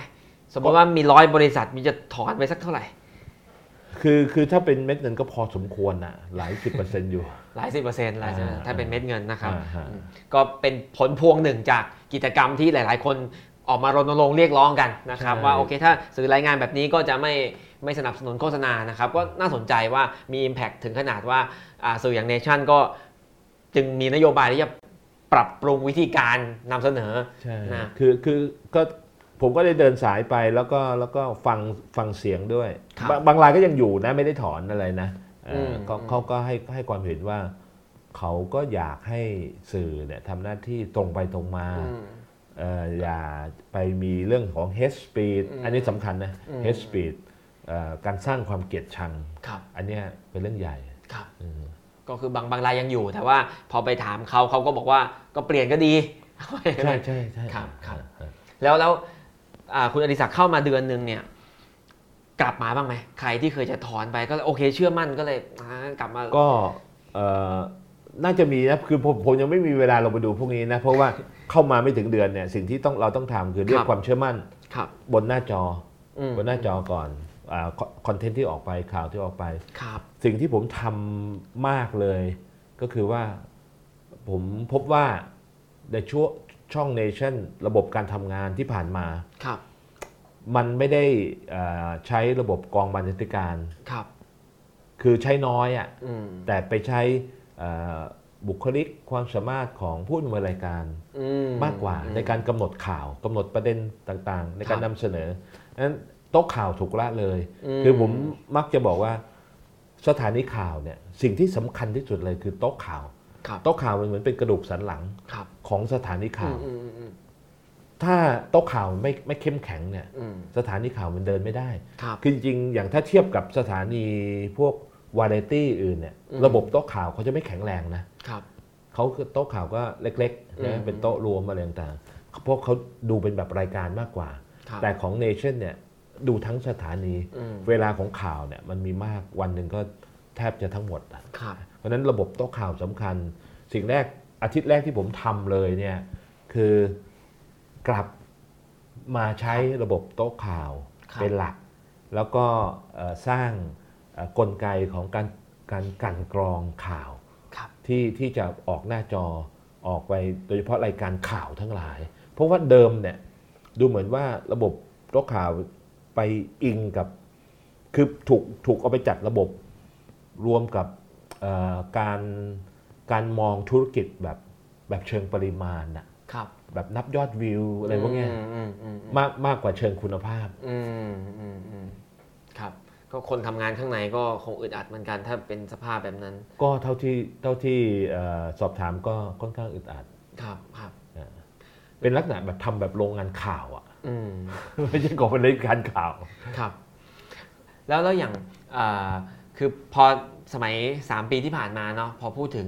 สมมติว่ามีร้อยบริษัทมีจะถอนไปสักเท่าไหร่ คือคือถ้าเป็นเม็ดเงินก็พอสมควรนะหลายสิบเปอร์เซ็นต์อยู่ หลายสิบเปอร์เซ็นต์หลายสิบเปอร์เซ็นต์ อ่า ถ้าเป็นเม็ดเงินนะครับ อ่าฮะ อืมก็เป็นผลพวงหนึ่งจากกิจกรรมที่หลาย ๆ คนออกมารณรงค์เรียกร้องกันนะครับว่าโอเคถ้าสื่อรายงานแบบนี้ก็จะไม่ไม่สนับสนุนโฆษณานะครับก็น่าสนใจว่ามี Impact ถึงขนาดว่าอ่าสื่ออย่างเนชั่นก็จึงมีนโยบายที่จะปรับปรุงวิธีการนำเสนอ ใช่ นะ คือคือก็ผมก็ได้เดินสายไปแล้วก็แล้วก็ฟังฟังเสียงด้วย ครับ บางบางรายก็ยังอยู่นะไม่ได้ถอนอะไรนะเอ่ออ ม เขา อืม เขาก็ให้ให้ความเห็นว่า เขาก็อยากให้สื่อเนี่ยทำหน้าที่ตรงไปตรงมา อืม เอ่ออย่าไปมีเรื่องของ hate speed อืม อันนี้สำคัญนะ อืม hate speed เอ่อการสร้างความเกลียดชัง ครับ อันเนี้ยเป็นเรื่องใหญ่ ครับ อืม ก็คือบางบางรายยังอยู่ แต่ว่าพอไปถามเขาเขาก็บอกว่าก็เปลี่ยนก็ดี ใช่ใช่ใช่ ครับครับ อ่า แล้วแล้วอ่าคุณอดิศักดิ์เข้ามาเดือนหนึ่งเนี่ย กลับมาบ้างไหมใครที่เคยจะถอนไปก็โอเคเชื่อมั่นก็เลยอ่ากลับมา ก็เอ่อน่าจะมีนะคือผมผมยังไม่มีเวลาเราไปดูพวกนี้นะ เพราะว่าเข้ามาไม่ถึงเดือนเนี่ยสิ่งที่ต้องเราต้องทำคือเรียกความเชื่อมั่น ครับ บนหน้าจอ อืม บนหน้าจอก่อนคอนเทนต์ที่ออกไปข่าวที่ออกไป ครับ สิ่งที่ผมทำมากเลย ก็คือว่าผมพบว่าในช่วงช่องเนชั่นระบบการทำงานที่ผ่านมา ครับ มันไม่ได้เอ่อใช้ระบบกองบรรณาธิการ ครับ คือใช้น้อยอะ่ะ อืม แต่ไปใช้เอ่อบุคลิกความสามารถของผู้ดำเนินรายการ อื มากกว่า อื ในการกำหนดข่าวกำหนดประเด็นต่างๆ ในการ ครับ นำเสนอนั้นโต๊ะข่าวถูกละเลย ม คือผมมักจะบอกว่าสถานีข่าวเนี่ยสิ่งที่สำคัญที่สุดเลยคือโต๊ะข่าว ครับ โต๊ะข่าวมันเหมือนเป็นกระดูกสันหลัง ครับ ของสถานีข่าว อืมอืมอืม ถ้าโต๊ะข่าวไม่ไม่เข้มแข็งเนี่ย อืม สถานีข่าวมันเดินไม่ได้ ครับ คือจริงๆอย่างถ้าเทียบกับสถานีพวกวาไรตี้อื่นเนี่ย อืม ระบบโต๊ะข่าวเขาจะไม่แข็งแรงนะครับ เขาคือโต๊ะข่าวก็เล็กๆ อืมนะเป็นโต๊ะรวมอะไรต่างๆ พวกเขาดูเป็นแบบรายการมากกว่า ครับ แต่ของเนชั่นเนี่ยดูทั้งสถานี อืม เวลาของข่าวเนี่ยมันมีมากวันหนึ่งก็แทบจะทั้งหมดอะ ครับ เพราะฉะนั้นระบบโต๊ะข่าวสำคัญ สิ่งแรกอาทิตย์แรกที่ผมทำเลยเนี่ยคือกลับมาใช้ระบบโต๊ะข่าว ครับ เป็นหลัก แล้วก็เอ่อสร้างเอ่อกลไกของการการกลันกรองข่าว ครับ ที่ที่จะออกหน้าจอออกไปโดยเฉพาะรายการข่าวทั้งหลาย เพราะว่าเดิมเนี่ยดูเหมือนว่าระบบโต๊ะข่าวไปอิงกับคือถูกถูกเอาไปจัดระบบรวมกับ เอ่อการการมองธุรกิจแบบแบบเชิงปริมาณอะ ครับ แบบนับยอดวิวอะไรพวกเนี้ย อืมอืม มากมากกว่าเชิงคุณภาพ อืมอืมอืมครับ ก็คนทำงานข้างในก็คงอึดอัดเหมือนกันถ้าเป็นสภาพแบบนั้น ก็เท่าที่เท่าที่เอ่อสอบถามก็ค่อนข้างอึดอัด ครับครับ เป็นลักษณะแบบทำแบบโรงงานข่าวอะ อืม ไม่ใช่ของรายการข่าว ครับ แล้วแล้วอย่างอ่าคือพอสมัย 3 ปีที่ผ่านมาเนาะพอพูดถึง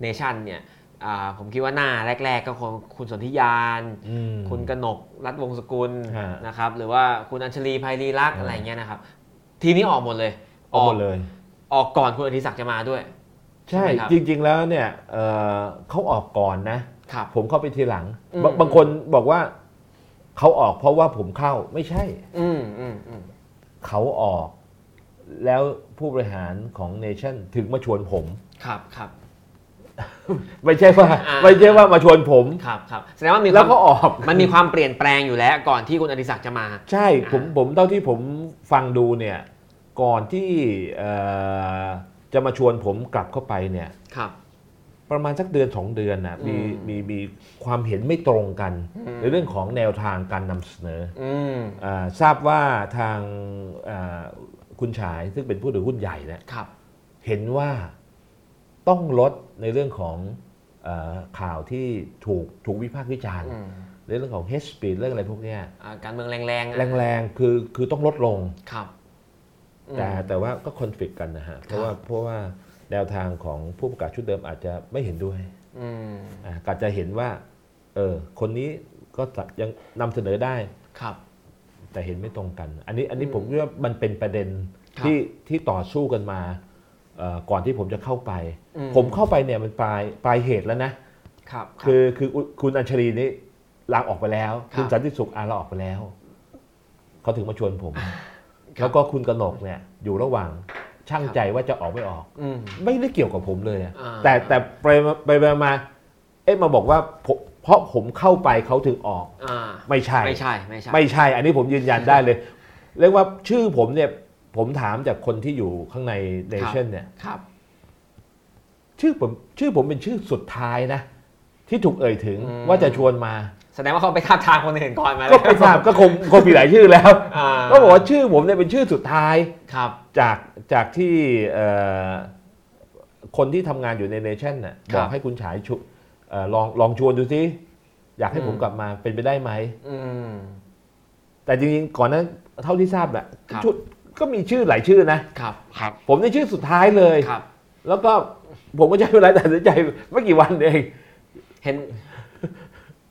เนชั่นเนี่ยอ่าผมคิดว่าหน้าแรก ๆ ก็คงคุณสนธิยาน คุณกนกรัฐวงศ์สกุล ฮะ นะครับ หรือว่าคุณอัญชลีภัยรีรักษ์ ฮะ อะไรอย่างเงี้ยนะครับ ทีมนี้ออกหมดเลย เอาหมดเลย ออกก่อนคุณอธิศักดิ์จะมาด้วย ใช่ ใช่ไหมครับ จริง ๆแล้วเนี่ยเอ่อเขาออกก่อนนะ ครับ ผมเข้าไปทีหลัง อืม บางบางคนบอกว่าเขาออกเพราะว่าผมเข้าไม่ใช่ อืมอืมอืม เขาออกแล้วผู้บริหารของเนชั่นถึงมาชวนผม ครับครับ ไม่ใช่ว่า อ่า ไม่ใช่ว่ามาชวนผม ครับครับแสดงว่ามีแล้วคาว ม ก็ออก มันมีความเปลี่ยนแปลงอยู่แล้วก่อนที่คุณอธิศักดิ์จะมา ใช่ผมผมเท่าที่ผมฟังดูเนี่ย ก่อนที่เอ่อจะมาชวนผมกลับเข้าไปเนี่ย ครับ ประมาณสักเดือนสองเดือนนะมี อืม มีมีความเห็นไม่ตรงกัน อืม ในเรื่องของแนวทางการนำเสนอ อืม อาทราบว่าทางอ่าคุณชายซึ่งเป็นผู้ถือหุ้นใหญ่เนี่ย ครับ เห็นว่าต้องลดในเรื่องของเออข่าวที่ถูกถูกวิพากษ์วิจารณ์ อืม ในเรื่องของ hate speech เรื่องอะไรพวกเนี้ย อ่าการเมืองแรงๆอะ แรงๆคือคือต้องลดลง ครับอืม แต่แต่ว่าก็คอนฟ lict กันนะฮะ เพราะว่าเพราะว่าแนวทางของผู้ประกาศชุดเดิมอาจจะไม่เห็นด้วย อืม อ่ะอาจจะเห็นว่าเออคนนี้ก็ยังนำเสนอได้ ครับ แต่เห็นไม่ตรงกัน อันนี้อันนี้ อืม ผมคิดว่ามันเป็นประเด็น ครับ ที่ที่ต่อสู้กันมาเอ่อก่อนที่ผมจะเข้าไป อืม ผมเข้าไปเนี่ยมันปลายปลายเหตุแล้วนะ ครับรับ คือคือคุณคุณอัญชลีนี่ลาออกไปแล้ว ครับ คุณสันติสุขอาลาออกไปแล้ว เขาถึงมาชวนผม ครับ แล้วก็คุณกนกเนี่ยอยู่ระหว่างช่าง ครับ ใจว่าจะออกไม่ออก อืม ไม่ได้เกี่ยวกับผมเลยอะ อ่า แต่แต่ไปมาไปมามาเอ๊ะมาบอกว่าผมเพราะผมเข้าไปเขาถึงออก อ่า ไม่ใช่ ไม่ใช่ไม่ใช่ ไม่ใช่ อันนี้ผมยืนยันได้เลย เรียกว่าชื่อผมเนี่ยผมถามจากคนที่อยู่ข้างในคเนรับ ชั่นเนี่ย ครับ ชื่อผมชื่อผมเป็นชื่อสุดท้ายนะ ที่ถูกเอ่ยถึง อืม ว่าจะชวนมา แสดงว่าเขาไปทาบทางคนอื่นก่อนมา ก็ไม่ทราบก็คงคงมีหลายชื่อแล้ว อ่า ก็บอกว่าชื่อผมเนี่ยเป็นชื่อสุดท้าย ครับ จากจากที่เอ่อคนที่ทำงานอยู่ในเนชั่นน่ะ ครับ บอก ให้คุณฉายชุเอ่อลองลองชวนดูสิอยากให้ อืม ผมกลับมาเป็นไปได้ไหม อืม แต่จริงๆก่อนนั้นเท่าที่ทราบแหละ ครับ ชุดก็มีชื่อหลายชื่อนะ ครับครับ ผมในชื่อสุดท้ายเลย ครับ แล้วก็ผมก็ใช้เวลาตัดสินใจไม่กี่วันเอง เห็น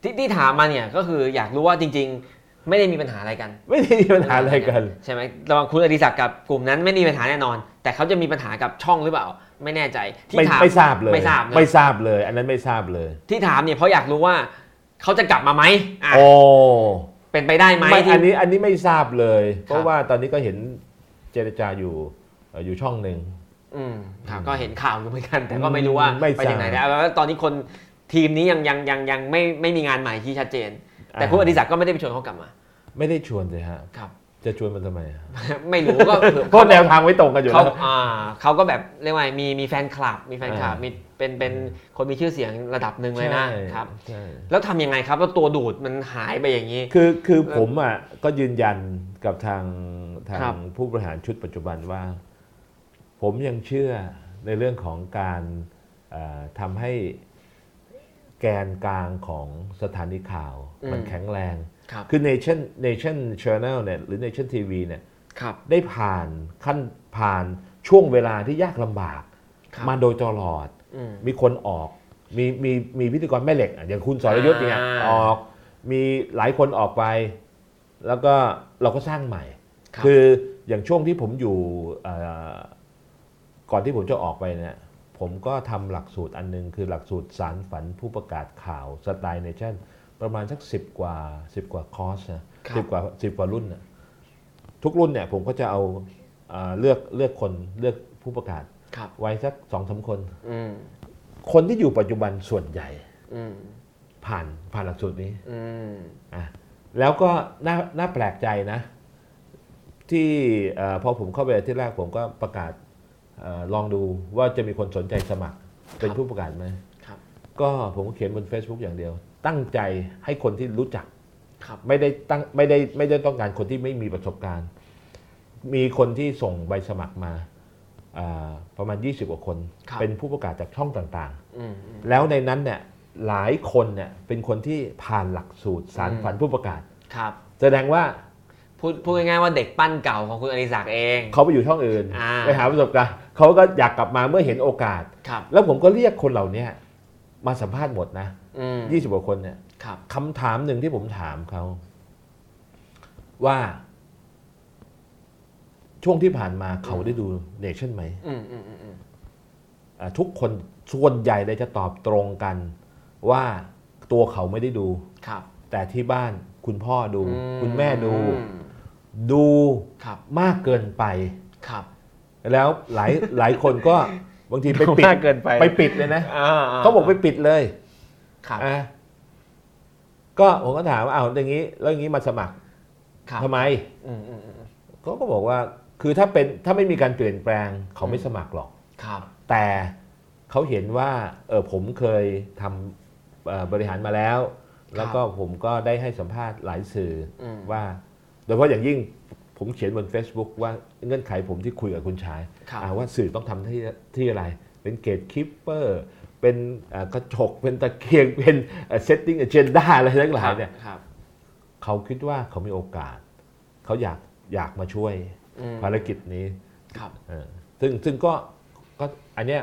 ที่ที่ถามมาเนี่ยก็คืออยากรู้ว่าจริง ๆ ไม่ได้มีปัญหาอะไรกัน ไม่ได้มีปัญหาอะไรกัน ใช่ไหมระหว่างคุณอดิศักดิ์กับกลุ่มนั้นไม่มีปัญหาแน่นอน แต่เขาจะมีปัญหากับช่องหรือเปล่า ไม่แน่ใจที่ ไม่ ถาม ไม่ทราบเลย ไม่ทราบนะ ไม่ทราบเลย อันนั้นไม่ทราบเลย ที่ถามเนี่ยเพราะอยากรู้ว่าเขาจะกลับมาไหมอ่ะ โอ้ เป็นไปได้ไหม ไม่ ที่ อันนี้อันนี้ไม่ทราบเลย ครับ เพราะว่าตอนนี้ก็เห็นเจรจาอยู่เอ่ออยู่ช่องหนึ่ง อืมครับก็เห็นข่าวอยู่เหมือนกันแต่ก็ไม่รู้ว่า ไม่ ไป ทราบ ถึงไหนแล้วแล้วตอนนี้คนทีมนี้ยังยังยังยังไม่ไม่มีงานใหม่ที่ชัดเจน แต่คุณอดิศักดิ์ก็ไม่ได้ไปชวนเขากลับมา ไม่ได้ชวนเลยฮะ ครับ จะชวนมันทำไมฮะ ไม่รู้ ก็เผื่อ เพราะแนวทางไม่ตรงกันอยู่ เขา แล้ว อ่าเขาก็แบบเรียกว่าไงมีมีแฟนคลับ มีแฟนคลับ อ่ามี มีเป็นเป็นคนมีชื่อเสียงระดับหนึ่งเลยนะ ใช่ ครับ ใช่ แล้วทำยังไงครับแล้วตัวดูดมันหายไปอย่างนี้ คือคือผมอ่ะก็ยืนยันกับทางทา ครั ง บ ผู้บริหารชุดปัจจุบันว่า ผมยังเชื่อในเรื่องของการเอ่อทำให้แกนกลางของสถานีข่าว มันแข็งแรง ครับ คือ Nation Nation Channel เนี่ยหรือ Nation TV เนี่ย ครับ ได้ผ่านขั้นผ่านช่วงเวลาที่ยากลำบาก ครับ มาโดยตลอด อืม มีคนออก มีมีมีพิธีกรแม่เหล็กอ่ะอย่างคุณสรยุทธ์เนี่ย อ่า ออก มีหลายคนออกไป แล้วก็เราก็สร้างใหม่ ครับ คืออย่างช่วงที่ผมอยู่เอ่อก่อนที่ผมจะออกไปเนี่ยผมก็ทำหลักสูตรอันหนึง คือหลักสูตรสารฝันผู้ประกาศข่าวสไตล์เนชั่นประมาณสักสิบกว่าสิบกว่าคอร์สนะครับ สิบกว่าสิบกว่ารุ่นนะทุกรุ่นเนี่ยผมก็จะเอาเอ่อเลือกเลือกคนเลือกผู้ประกาศ ครับ ไว้สักสองสามคน อืม คนที่อยู่ปัจจุบันส่วนใหญ่ อืม ผ่านผ่านหลักสูตรนี้ อืม อ่ะแล้วก็น่าน่าแปลกใจนะ ที่เออพอผมเข้าไปที่แรกผมก็ประกาศเออลองดูว่าจะมีคนสนใจสมัครเป็นผู้ประกาศไหม ครับ ก็ผมก็เขียนบน Facebook อย่างเดียว ตั้งใจให้คนที่รู้จัก ครับ ไม่ได้ตั้งไม่ได้ไม่ได้ต้องการคนที่ไม่มีประสบการณ์ มีคนที่ส่งใบสมัครมาอ่าประมาณ 20กว่าคน ครับ เป็นผู้ประกาศจากช่องต่าง อืมอืม ๆ แล้วในนั้นเนี่ยหลายคนเนี่ยเป็นคนที่ผ่านหลักสูตรสาร อืม ฝันผู้ประกาศ ครับ แสดงว่า พูดพูดง่ายๆว่าเด็กปั้นเก่าของคุณอริศักดิ์เอง เขาไปอยู่ช่องอื่น อ่า ไปหาประสบการณ์เขาก็อยากกลับมาเมื่อเห็นโอกาส ครับ แล้วผมก็เรียกคนเหล่าเนี้ยมาสัมภาษณ์หมดนะ อืม 20กว่าคนเนี่ย ครับ คำถามหนึ่งที่ผมถามเขา ว่า ช่วงที่ผ่านมาเขาได้ดูเนชั่นไหม อืมอืมอืมอืม อ่าทุกคนส่วนใหญ่เลยจะตอบตรงกัน ว่าตัวเขาไม่ได้ดู ครับ แต่ที่บ้านคุณพ่อดู อื คุณแม่ดู อืม ดู ครับ มากเกินไป ครับ แล้วหลาย หลายคนก็บางทีไปปิด มากเกินไป ไปปิดเลยนะ อ่ๆ เขาบอกไปปิดเลย ครับ อ่ะก็ผมก็ถามว่าเอาวอย่างนี้แล้วอย่างนี้มาสมัคร ครับ ทำไม อืมอืมอืมอืม เขาก็บอกว่าคือถ้าเป็นถ้าไม่มีการเปลี่ยนแปลงเขาไม่สมัครหรอก ครับ แต่เขาเห็นว่าเออผมเคยทำเอ่อบริหารมาแล้ว แล้วก็ผมก็ได้ให้สัมภาษณ์หลายสื่อ อืม อว่า โดยเฉพาะอย่างยิ่งผมเขียนบน Facebook ว่าเงื่อนไขผมที่คุยกับคุณชาย ครับ อ่าว่าสื่อต้องทำที่ที่อะไร เป็นเกตคิปเปอร์ เป็นอ่ากระจก เป็นตะเกียง เป็นเซตติ้ง a เจนดาอะไรทั้งหลายเนี่ย ครับ เขาคิดว่าเขามีโอกาส เขาอยากอยากมาช่วย อืม ภารกิจนี้ ครับ เออซึ่งซึ่งก็ก็อันเนี้ย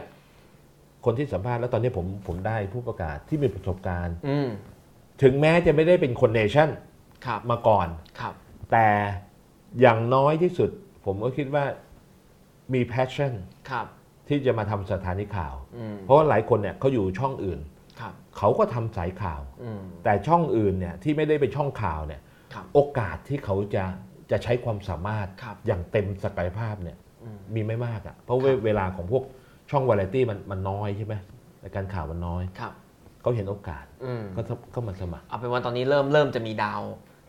คนที่สัมภาษณ์แล้วตอนนี้ผมผมได้ผู้ประกาศที่มีประสบการณ์ อืม ถึงแม้จะไม่ได้เป็นคนเนชั่น ครับ มาก่อน ครับ แต่อย่างน้อยที่สุด ผมก็คิดว่ามีแพชชั่น ครับ ที่จะมาทำสถานีข่าว อืม เพราะว่าหลายคนเนี่ยเขาอยู่ช่องอื่น ครับ เขาก็ทำสายข่าว อืม แต่ช่องอื่นเนี่ยที่ไม่ได้เป็นช่องข่าวเนี่ย ครับ โอกาสที่เขาจะจะใช้ความสามารถ ครับ อย่างเต็มศักยภาพเนี่ย อืม มีไม่มากอะ่ะเพราะว่าเวลาของพวกช่องวาไรตี้มันมันน้อยใช่ไหมในการข่าวมันน้อย ครับ เขาเห็นโอกาส อืม ก็ก็มาสมัคร เอาเป็นว่าตอนนี้เริ่มเริ่มจะมีดาว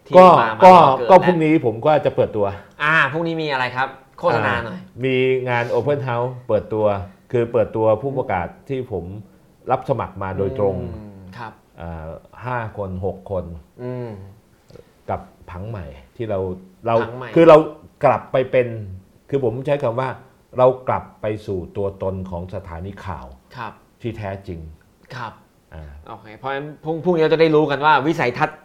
ที่ ก็ มา ก็ มาเด ก็ แล้ว พรุ่งนี้ผมก็จะเปิดตัว อ่าพรุ่งนี้มีอะไรครับ โฆษณาหน่อย มีงาน Open House เปิดตัว คือเปิดตัวผู้ประกาศที่ผมรับสมัครมาโดยตรง อืมครับ อ่าห้าคนหกคน อืม กับผังใหม่ที่เราเรา ผังใหม่ คือเรากลับไปเป็น คือผมใช้คำว่า เรากลับไปสู่ตัวตนของสถานีข่าว ครับ ที่แท้จริง ครับ อ่า โอเคเพราะฉะนั้นพรุ่งพรุ่งนี้เราจะได้รู้กันว่าวิสัยทัศน์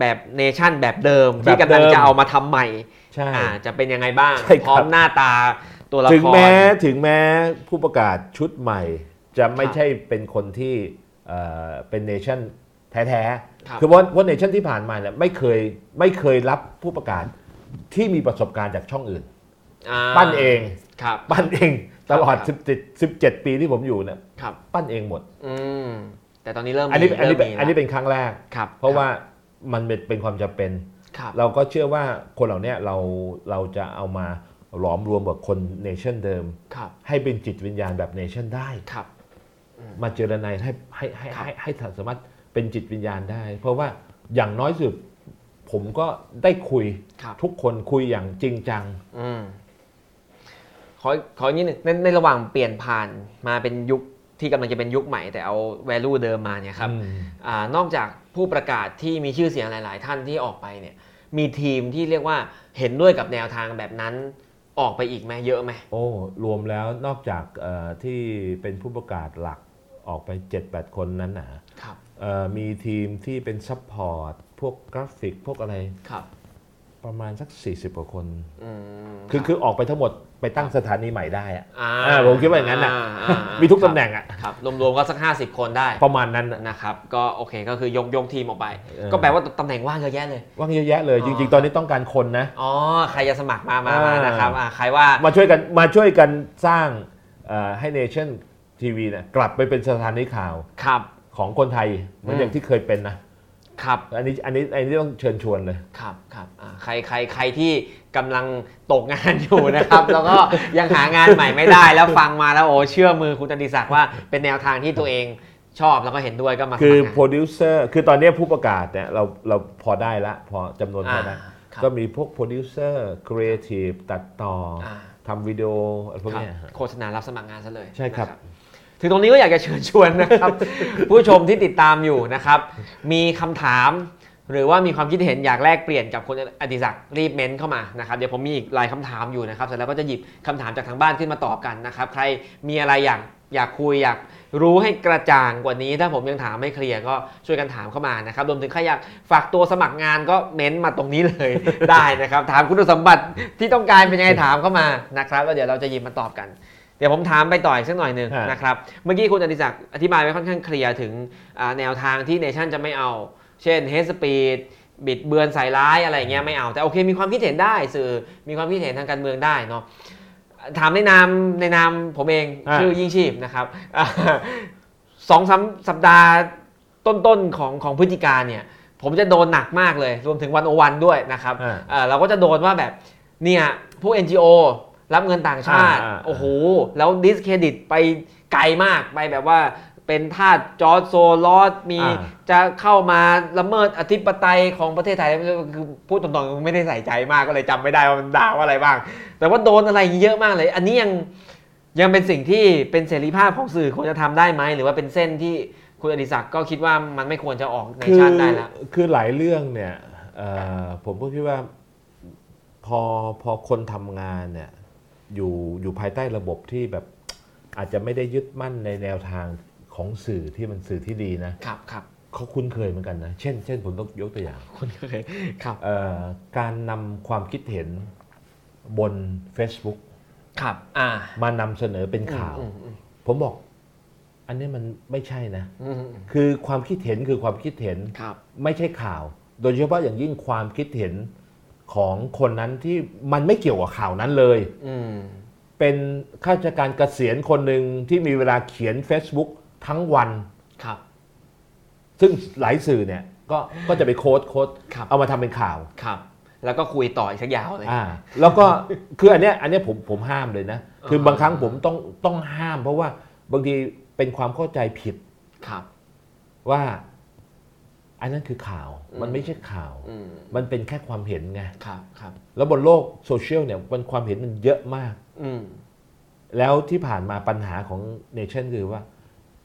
แบบเนชั่นแบบเดิม ที่ แบบ กำ เดิ ลั ม งจะเอามาทำใหม่ ใช่ อ่าจะเป็นยังไงบ้าง ใช่ครับ พร้อมหน้าตาตัวละคร ถึงแม้ถึงแม้ผู้ประกาศชุดใหม่ จะไม่ ครับ ใช่เป็นคนที่เอ่อเป็นเนชั่นแท้ ครับ ๆคือว่าว่าเนชั่นที่ผ่านมาเนี่ยไม่เคยไม่เคยรับผู้ประกาศที่มีประสบการณ์จากช่องอื่น อ่า ปั้นเอง ครับ ปั้นเองตลอด ครับ 17 17 ปีที่ผมอยู่เนี่ย ครับ ปั้นเองหมด อืม แต่ตอนนี้เริ่มมี อันนี้อันนี้เป็น ริ่มมี อันนี้เป็นครั้งแรก ครับ เพราะว่ามันเป็นเป็นความจำเป็น ครับ เราก็เชื่อว่าคนเหล่าเนี้ยเราเราจะเอามาหลอมรวมกับคนเนชั่นเดิม ครับ ให้เป็นจิตวิญญาณแบบเนชั่นได้ ครับ มาเจรนายให้ให้คให้รับ ให้ให้สามารถเป็นจิตวิญญาณได้ เพราะว่าอย่างน้อยสุดผมก็ได้คุย ครับ ทุกคนคุยอย่างจริงจัง อืมขอขออีกนิดหนึงในในระหว่างเปลี่ยนผ่านมาเป็นยุคที่กำลังจะเป็นยุคใหม่แต่เอา value เดิมมาเนี่ยครับ อ่านอกจากผู้ประกาศที่มีชื่อเสียงหลาย ๆ ท่านที่ออกไปเนี่ย มีทีมที่เรียกว่าเห็นด้วยกับแนวทางแบบนั้นออกไปอีกไหมเยอะไหม โอ้ รวมแล้วนอกจากเอ่อที่เป็นผู้ประกาศหลักออกไป 7-8 คนนั้นนะ ครับ เอ่อมีทีมที่เป็นซัพพอร์ตพวกกราฟิกพวกอะไร ครับ ประมาณสัก 40กว่าคน อืม คือคือออกไปทั้งหมดไปตั้งสถานีใหม่ได้อะ อ่า เออผมคิดว่าอย่างนั้นน่ะ อ่า มีทุกตำแหน่งอะ ครับรวมๆก็สัก 50 คนได้ ประมาณนั้นน่ะ นะครับก็โอเคก็คือยกยกทีมออกไป เออ ก็แปลว่าตำแหน่งว่างเยอะแยะเลย ว่างเยอะแยะเลย อ๋อ จริง ๆ ตอนนี้ต้องการคนนะ อ๋อใครจะสมัครมามา อ่าม มานะครับอ่าใครว่า มาช่วยกันมาช่วยกันสร้างเอ่อให้เนชั่นทีวีเนี่ยกลับไปเป็นสถานีข่าว ครับ ของคนไทยเหมือนอย่างที่เคยเป็นนะครับ อันนี้อันนี้อันนี้ต้องเชิญชวนเลย ครับครับอ่าใครใครใครที่กำลังตกงานอยู่นะครับ แล้วก็ยังหางานใหม่ไม่ได้ แล้วฟังมาแล้วโอ้เชื่อมือคุณตันติศักดิ์ว่าเป็นแนวทางที่ตัวเองชอบแล้วก็เห็นด้วยก็มาสมัร คือโป งาร ดิวเซอร์คือตอนนี้ผู้ประกาศเนี่ยเราเราพอได้ละพอจำนวนพอได้ อ่าครับ ก็มีพวกโปรดิวเซอร์ครีเอทีฟตัดต่อ อ่า ทำวิดีโออะไรพวก ครับ เนี้ยฮะ โฆษณารับสมัครงานซะเลย ใช่ครับ นะถึงตรงนี้ก็อยากจะเชิญชวนนะครับ ผู้ชมที่ติดตามอยู่นะครับ มีคำถาม หรือว่ามีความคิดเห็นอยากแลกเปลี่ยนกับคุณอดิศักดิ์รีบเม้นเข้ามานะครับเดี๋ยวผมมีอีกหลายคำถามอยู่นะครับเสร็จแล้วก็จะหยิบคำถามจากทางบ้านขึ้นมาตอบกันนะครับ ใครมีอะไรอยากอยากคุยอยากรู้ให้กระจ่างกว่านี้ ถ้าผมยังถามไม่เคลียร์ก็ช่วยกันถามเข้ามานะครับรวมถึงใครอยากฝากตัวสมัครงานก็เม้นมาตรงนี้เลย ได้นะครับถามคุณสมบัติที่ต้องการเป็นยังไงถามเข้ามานะครับแล้วเดี๋ยวเราจะหยิบมาตอบกัน เดี๋ยวผมถามไปต่ออีกสักหน่อยหนึ่ง ฮะ นะครับเมื่อกี้คุณอดิศักดิ์อธิบายไว้ค่อนข้างเคลียร์ถึงอ่าแนวทางที่เนชั่นจะไม่เอา เช่นเฮสปีดบิดเบือนใส่ร้ายอะไรอย่างเงี้ยไม่เอา แต่โอเคมีความคิดเห็นได้สื่อมีความคิดเห็นทางการเมืองได้เนาะถามในนามในนามผมเอง อ่า ชื่อยิ่งชีพนะครับ อ่าสองสามสัปดาห์ต้นๆของของพฤศจิกาเนี่ย ผมจะโดนหนักมากเลย รวมถึงวันโอวันด้วยนะครับ อ่า เอ่อเราก็จะโดนว่าแบบเนี่ยพวก NGO รับเงินต่างชาติ อ่าอ่า โอ้โห แล้วดิสเครดิตไปไกลมากไปแบบว่าเป็นทาสจอร์จโซลอสมี อ่า จะเข้ามาละเมิดอธิปไตยของประเทศไทยคือพูดตรงๆไม่ได้ใส่ใจมากก็เลยจำไม่ได้ว่ามันด่าว่าอะไรบ้าง แต่ว่าโดนอะไรเยอะมากเลย อันนี้ยังยังเป็นสิ่งที่เป็นเสรีภาพของสื่อควรจะทำได้ไหมหรือว่าเป็นเส้นที่คุณอดิศักดิ์ก็คิดว่ามันไม่ควรจะออกใน คื ชาติได้แล้ว คือหลายเรื่องเนี่ยเอ่อผมก็คิดว่าพอพอคนทำงานเนี่ยอยู่อยู่ภายใต้ระบบที่แบบอาจจะไม่ได้ยึดมั่นในแนวทางของสื่อที่มันสื่อที่ดีนะครับ ครับ เขาคุ้นเคยเหมือนกันนะเช่น เช่นผมต้องยกตัวอย่าง คุณเคยครับ เอ่อการนำความคิดเห็นบน Facebook ครับอ่าม านำเสนอเป็นข่าว อืมอืม ผมบอก อันนี้มันไม่ใช่นะ อืมอืม คือความคิดเห็นคือความคิดเห็น ครับ ไม่ใช่ข่าว โดยเฉพาะอย่างยิ่งความคิดเห็นของคนนั้นที่มันไม่เกี่ยวกับข่าวนั้นเลย อืม เป็นข้าราชการเกษียณคนหนึ่งที่มีเวลาเขียน Facebook ทั้งวัน ครับ ซึ่งหลายสื่อเนี่ยก็ก็จะไปโค้ดโค้ด ครับ เอามาทำเป็นข่าว ครับ แล้วก็คุยต่ออีกสักยาวเลย อ่าแล้วก็ คืออันเนี้ยอันเนี้ยผมผมห้ามเลยนะ คือ เออ บางครั้งผมต้องต้องห้าม เพราะว่าบางทีเป็นความเข้าใจผิด ครับ ว่า อันนั้นคือข่าวมัน อืม ไม่ใช่ข่าว อืม มันเป็นแค่ความเห็นไง ครับครับ แล้วบนโลกโซเชียลเนี่ยมันความเห็นมันเยอะมาก อืม แล้วที่ผ่านมาปัญหาของเนชั่นคือว่า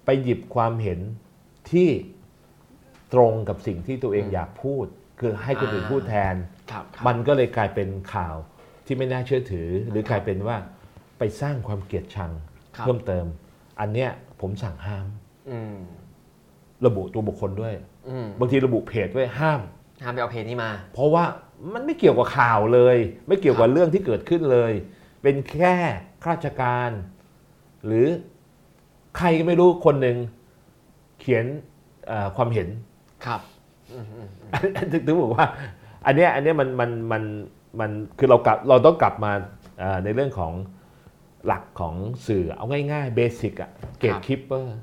ไปหยิบความเห็นที่ตรงกับสิ่งที่ตัวเองอยากพูด คือให้คนอื่นพูดแทน ครับครับ มันก็เลยกลายเป็นข่าวที่ไม่น่าเชื่อถือ หรือกลายเป็นว่าไปสร้างความเกลียดชัง ครับ เพิ่มเติม อันเนี้ยผมสั่งห้าม อืม ระบุตัวบุคคลด้วย อืม บางทีระบุเพจด้วยห้าม ห้ามไปเอาเพจนี้มา เพราะว่ามันไม่เกี่ยวกับข่าวเลย ไม่เกี่ยวกับเรื่องที่เกิดขึ้นเลย เป็นแค่ข้าราชการ หรือใครก็ไม่รู้คนหนึ่งเขียนเอ่อความเห็น ครับ ถึงถึงบอกว่า อันเนี้ยอันเนี้ยมันมันมันมันคือเรากลับเราต้องกลับมาเอ่อในเรื่องของหลักของสื่อเอาง่ายๆเบสิกอะเกตคิปเปอร์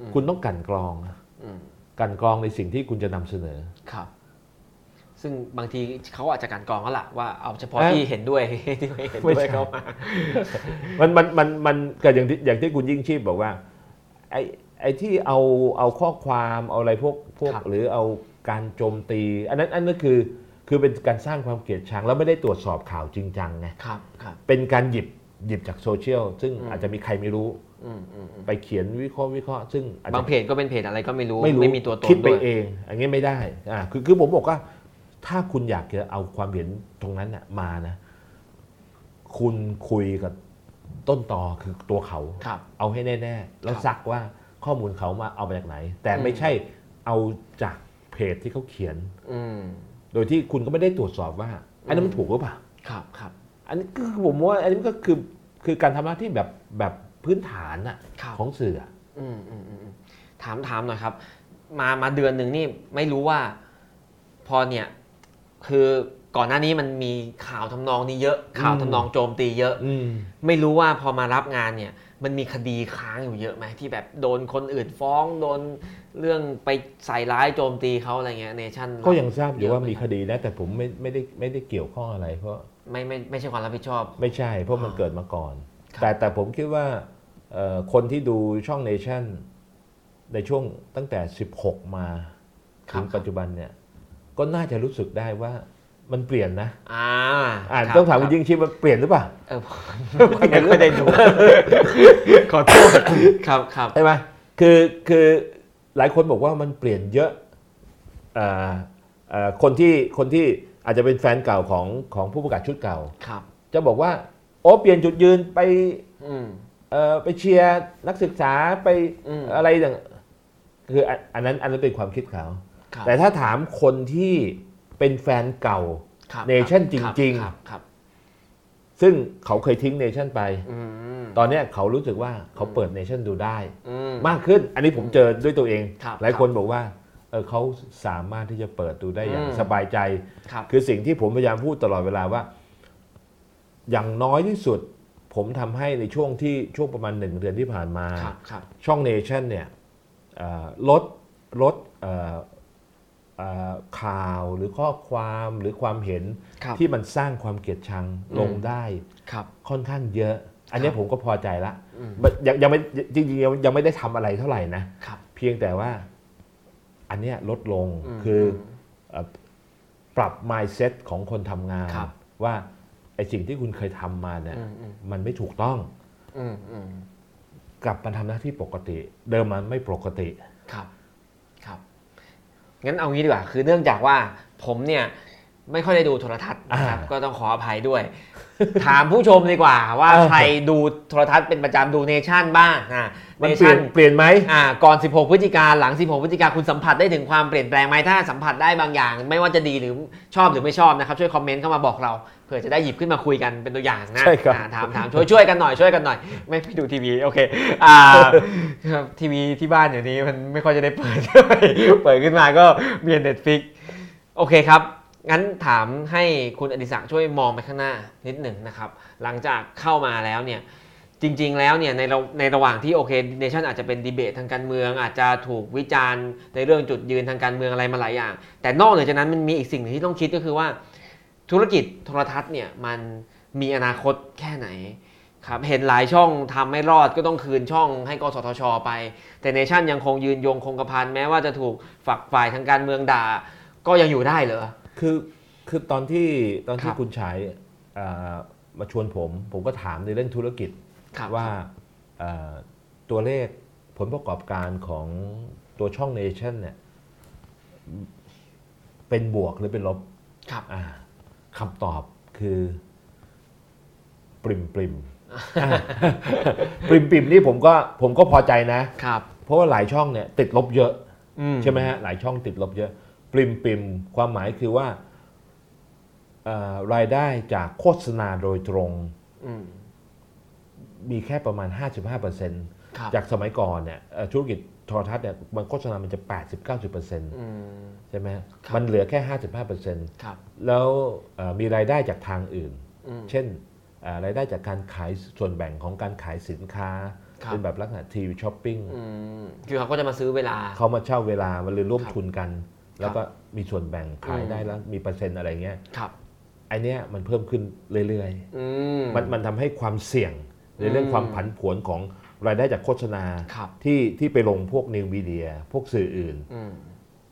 อืม คุณต้องกลันกรองอะ อืม กลันกรองในสิ่งที่คุณจะนำเสนอ ครับ ซึ่งบางทีเขาอาจจะการกรองก็ล่ะว่าเอาเฉพาะ เอ้ย ที่เห็นด้วย ที่ไม่เห็น ไม่ ด้ว ใช่ ยเข้ามา มันมันมันมันก็อย่างที่อย่างที่คุณยิ่งชีพบอกว่าไอ้ไอ้ที่เอาเอาข้อความเอาอะไรพวกพวกหรือเอาการโจมตี อันนั้นอันนั้นคือคือเป็นการสร้างความเกลียดชังแล้วไม่ได้ตรวจสอบข่าวจริงจังไง ครับครับ เป็นการหยิบหยิบจากโซเชียลซึ่ง อืม อาจจะมีใครไม่รู้ อืมอืมอืม ไปเขียนวิเคราะห์วิเคราะห์ซึ่งอจจะ บางเพจก็เป็นเพจอะไรก็ไม่รู้ ไม่รู้ ไม่มีตัวตน คิดไป ด้วย เองอันนี้ไม่ได้อ่าคือคือผมบอกว่า ถ้าคุณอยากจะเอาความเห็นตรงนั้นน่ะมานะ คุณคุยกับต้นตอคือตัวเขา ครับ เอาให้แน่ๆแล้วซักว่าข้อมูลเขามาเอามาจากไหน แต่ อืม ไม่ใช่เอาจากเพจที่เขาเขียน อืม โดยที่คุณก็ไม่ได้ตรวจสอบว่า อันนั้นมันถูกหรือเปล่า ครับครับ อันนี้ก็คือผมว่าอันนี้มันก็คือคือการทำหน้าที่แบบแบบพื้นฐานอะ ครับ ของสื่ออะ อืมอืมอืมอืมถามถามหน่อยครับ มามาเดือนหนึ่งนี่ไม่รู้ว่า พอเนี่ย คือก่อนหน้านี้มันมีข่าวทำนองนี้เยอะ ข่าวทำนองโจมตีเยอะ อืม ไม่รู้ว่าพอมารับงานเนี่ย มันมีคดีค้างอยู่เยอะไหมที่แบบโดนคนอื่นฟ้องโดนเรื่องไปใส่ร้ายโจมตีเขาอะไรเงี้ยเนชั่น ก็ยังทราบอยู่ว่ามีคดีนะแต่ผมไม่ไม่ได้ไม่ได้เกี่ยวข้องอะไร เพราะ ไม่ไม่ไม่ใช่ความรับผิดชอบ ไม่ใช่ เพราะมันเกิดมาก่อน ครับ แต่แต่ผมคิดว่าเอ่อคนที่ดูช่องเนชั่นในช่วงตั้งแต่ 16 มาถึงปัจจุบันเนี่ย ก็น่าจะรู้สึกได้ว่ามันเปลี่ยนนะ อ่า อ่าน ครับ ต้องถามคคุณรับ ยิ่งชีพว่าเปลี่ยนหรือเปล่า เออผมยังไม่ได้ดู ขอโทษครับครับ ใช่ไหมคือคือหลายคนบอกว่ามันเปลี่ยนเยอะเอ่อเอ่อคนที่คนที่อาจจะเป็นแฟนเก่าของของผู้ประกาศชุดเก่า ครับ จะบอกว่าโอ้เปลี่ยนจุดยืนไป อืม เอ่อไปเชียร์นักศึกษาไป อืม อะไรต่างคืออันอันนั้นอันนั้นเป็นความคิดเขา ครับ แต่ถ้าถามคนที่เป็นแฟนเก่า ครับ Nation คบ จริงๆ ครับครับ ซึ่งเขาเคยทิ้งเนชั่นไป อืม ตอนเนี้ยเขารู้สึกว่าเขาเปิดเนชั่นดูได้ อืม มากขึ้นอันนี้ผมเจอด้วยตัวเอง ครับ หลายคนบอกว่าเออเขาสามารถที่จะเปิดดูได้อย่าง อืม สบายใจ ครับ คือสิ่งที่ผมพยายามพูดตลอดเวลาว่า อย่างน้อยที่สุด ผมทำให้ในช่วงที่ช่วงประมาณหนึ่งเดือนที่ผ่านมา ครับ ครับ ช่องเนชั่นเนี่ยเอ่อลดลดเอ่อเอ่อข่าวหรือข้อความหรือความเห็น ครับ ที่มันสร้างความเกลียดชัง อืม ลงได้ ครับ ค่อนข้างเยอะ อันเนี้ย ครับ ผมก็พอใจละ อืม มันยังยังไม่จริงๆยังยังไม่ได้ทำอะไรเท่าไหร่นะ ครับ เพียงแต่ว่าอันเนี้ยลดลง ม คือ ปรับ mindset ของคนทำงาน ครับ ว่าไอสิ่งที่คุณเคยทำมาเนี่ย อืมอืม มันไม่ถูกต้อง อืมอืม กลับมาทำหน้าที่ปกติ เดิมมันไม่ปกติ ครับ ครับ งั้นเอางี้ดีกว่า คือเนื่องจากว่าผมเนี่ย ไม่ค่อยได้ดูโทรทัศน์นะครับ อ่า ก็ต้องขออภัยด้วย ถามผู้ชมดีกว่าว่า เออ ใครดูโทรทัศน์เป็นประจำดูเนชั่นบ้างอ่ะเน มันเปลี่ ชั่ ย น นเปลี่ยนไหม อ่าก่อน 16 พฤศจิกาหลัง 16 พฤศจิกาคุณสัมผัสได้ถึงความเปลี่ยนแปลงไหมถ้าสัมผัสได้บางอย่าง ไม่ว่าจะดีหรือชอบหรือไม่ชอบนะครับ ช่วยคอมเมนต์เข้ามาบอกเราเผื่อจะได้หยิบขึ้นมาคุยกันเป็นตัวอย่างนะ ใช่ครับ อ่าถามถามช่วยช่วยกันหน่อยช่วยกันหน่อย ไม่ไปดูทีวีโอเคอ่าครับทีวีที่บ้านเดี๋ยวนี้มันไม่ค่อยจะได้เปิด เปิดขึ้นมาก็มีเน็ตฟิกโอเคครับ งั้นถามให้คุณอดิศักดิ์ช่วยมองไปข้างหน้านิดหนึ่งนะครับ หลังจากเข้ามาแล้วเนี่ย จริงๆ แล้วเนี่ยในระในระหว่างที่โอเคเนชั่นอาจจะเป็นดีเบตทางการเมือง อาจจะถูกวิจารณ์ในเรื่องจุดยืนทางการเมืองอะไรมาหลายอย่าง แต่นอกเหนือจากนั้นมันมีอีกสิ่งหนึ่งที่ต้องคิดก็คือว่า ธุรกิจโทรทัศน์เนี่ยมันมีอนาคตแค่ไหนครับเห็นหลายช่องทำไม่รอดก็ต้องคืนช่องให้กสทช ไป แต่เนชั่นยังคงยืนยงคงกระพันแม้ว่าจะถูกฝักฝ่ายทางการเมืองด่า ก็ยังอยู่ได้เหรอ คือคือตอนที่ตอน ค ที่ รับ คุณฉายเอ่อมาชวนผม ผมก็ถามในเรื่องธุรกิจ ครับ ว่าเอ่อตัวเลขผลประกอบการของตัวช่องเนชั่นเนี่ยเป็นบวกหรือเป็นลบ ครับ อ่าคำตอบคือปริมป ริมอ่า ปริมปริมนี่ผมก็ผมก็พอใจนะ ครับ เพราะว่าหลายช่องเนี่ยติดลบเยอะ อื ใช่ไหมฮะหลายช่องติดลบเยอะ ปริมปริมความหมายคือว่าเอ่อรายได้จากโฆษณาโดยตรง อืม มีแค่ประมาณ 55% ครับ จากสมัยก่อนเนี่ยเอ่อธุรกิจโทรทัศน์เนี่ยมันโฆษณามันจะ 80-90% อืม ใช่ไหมฮะ ครับ มันเหลือแค่ 55% ครับ แล้วเอ่อมีรายได้จากทางอื่น อืม เช่นอ่ารายได้จากการขายส่วนแบ่งของการขายสินค้า ครับ เป็นแบบลักษณะทีวีช้อปปิ้ง อืมคือเขาก็จะมาซื้อเวลา เขามาเช่าเวลามันเลยร่วม ครับ ทุนกัน แล้วก็มีส่วนแบ่งขาย อืม ได้แล้วมีเปอร์เซ็นต์อะไรเงี้ย ครับ ไอเนี้ยมันเพิ่มขึ้นเรื่อย อืม ๆ มันมันทำให้ความเสี่ยงในเรื่อง อืม ความผันผวนของรายได้จากโฆษณา ครับ ที่ที่ไปลงพวกนิวมีเดีย พวกสื่ออื่น อืม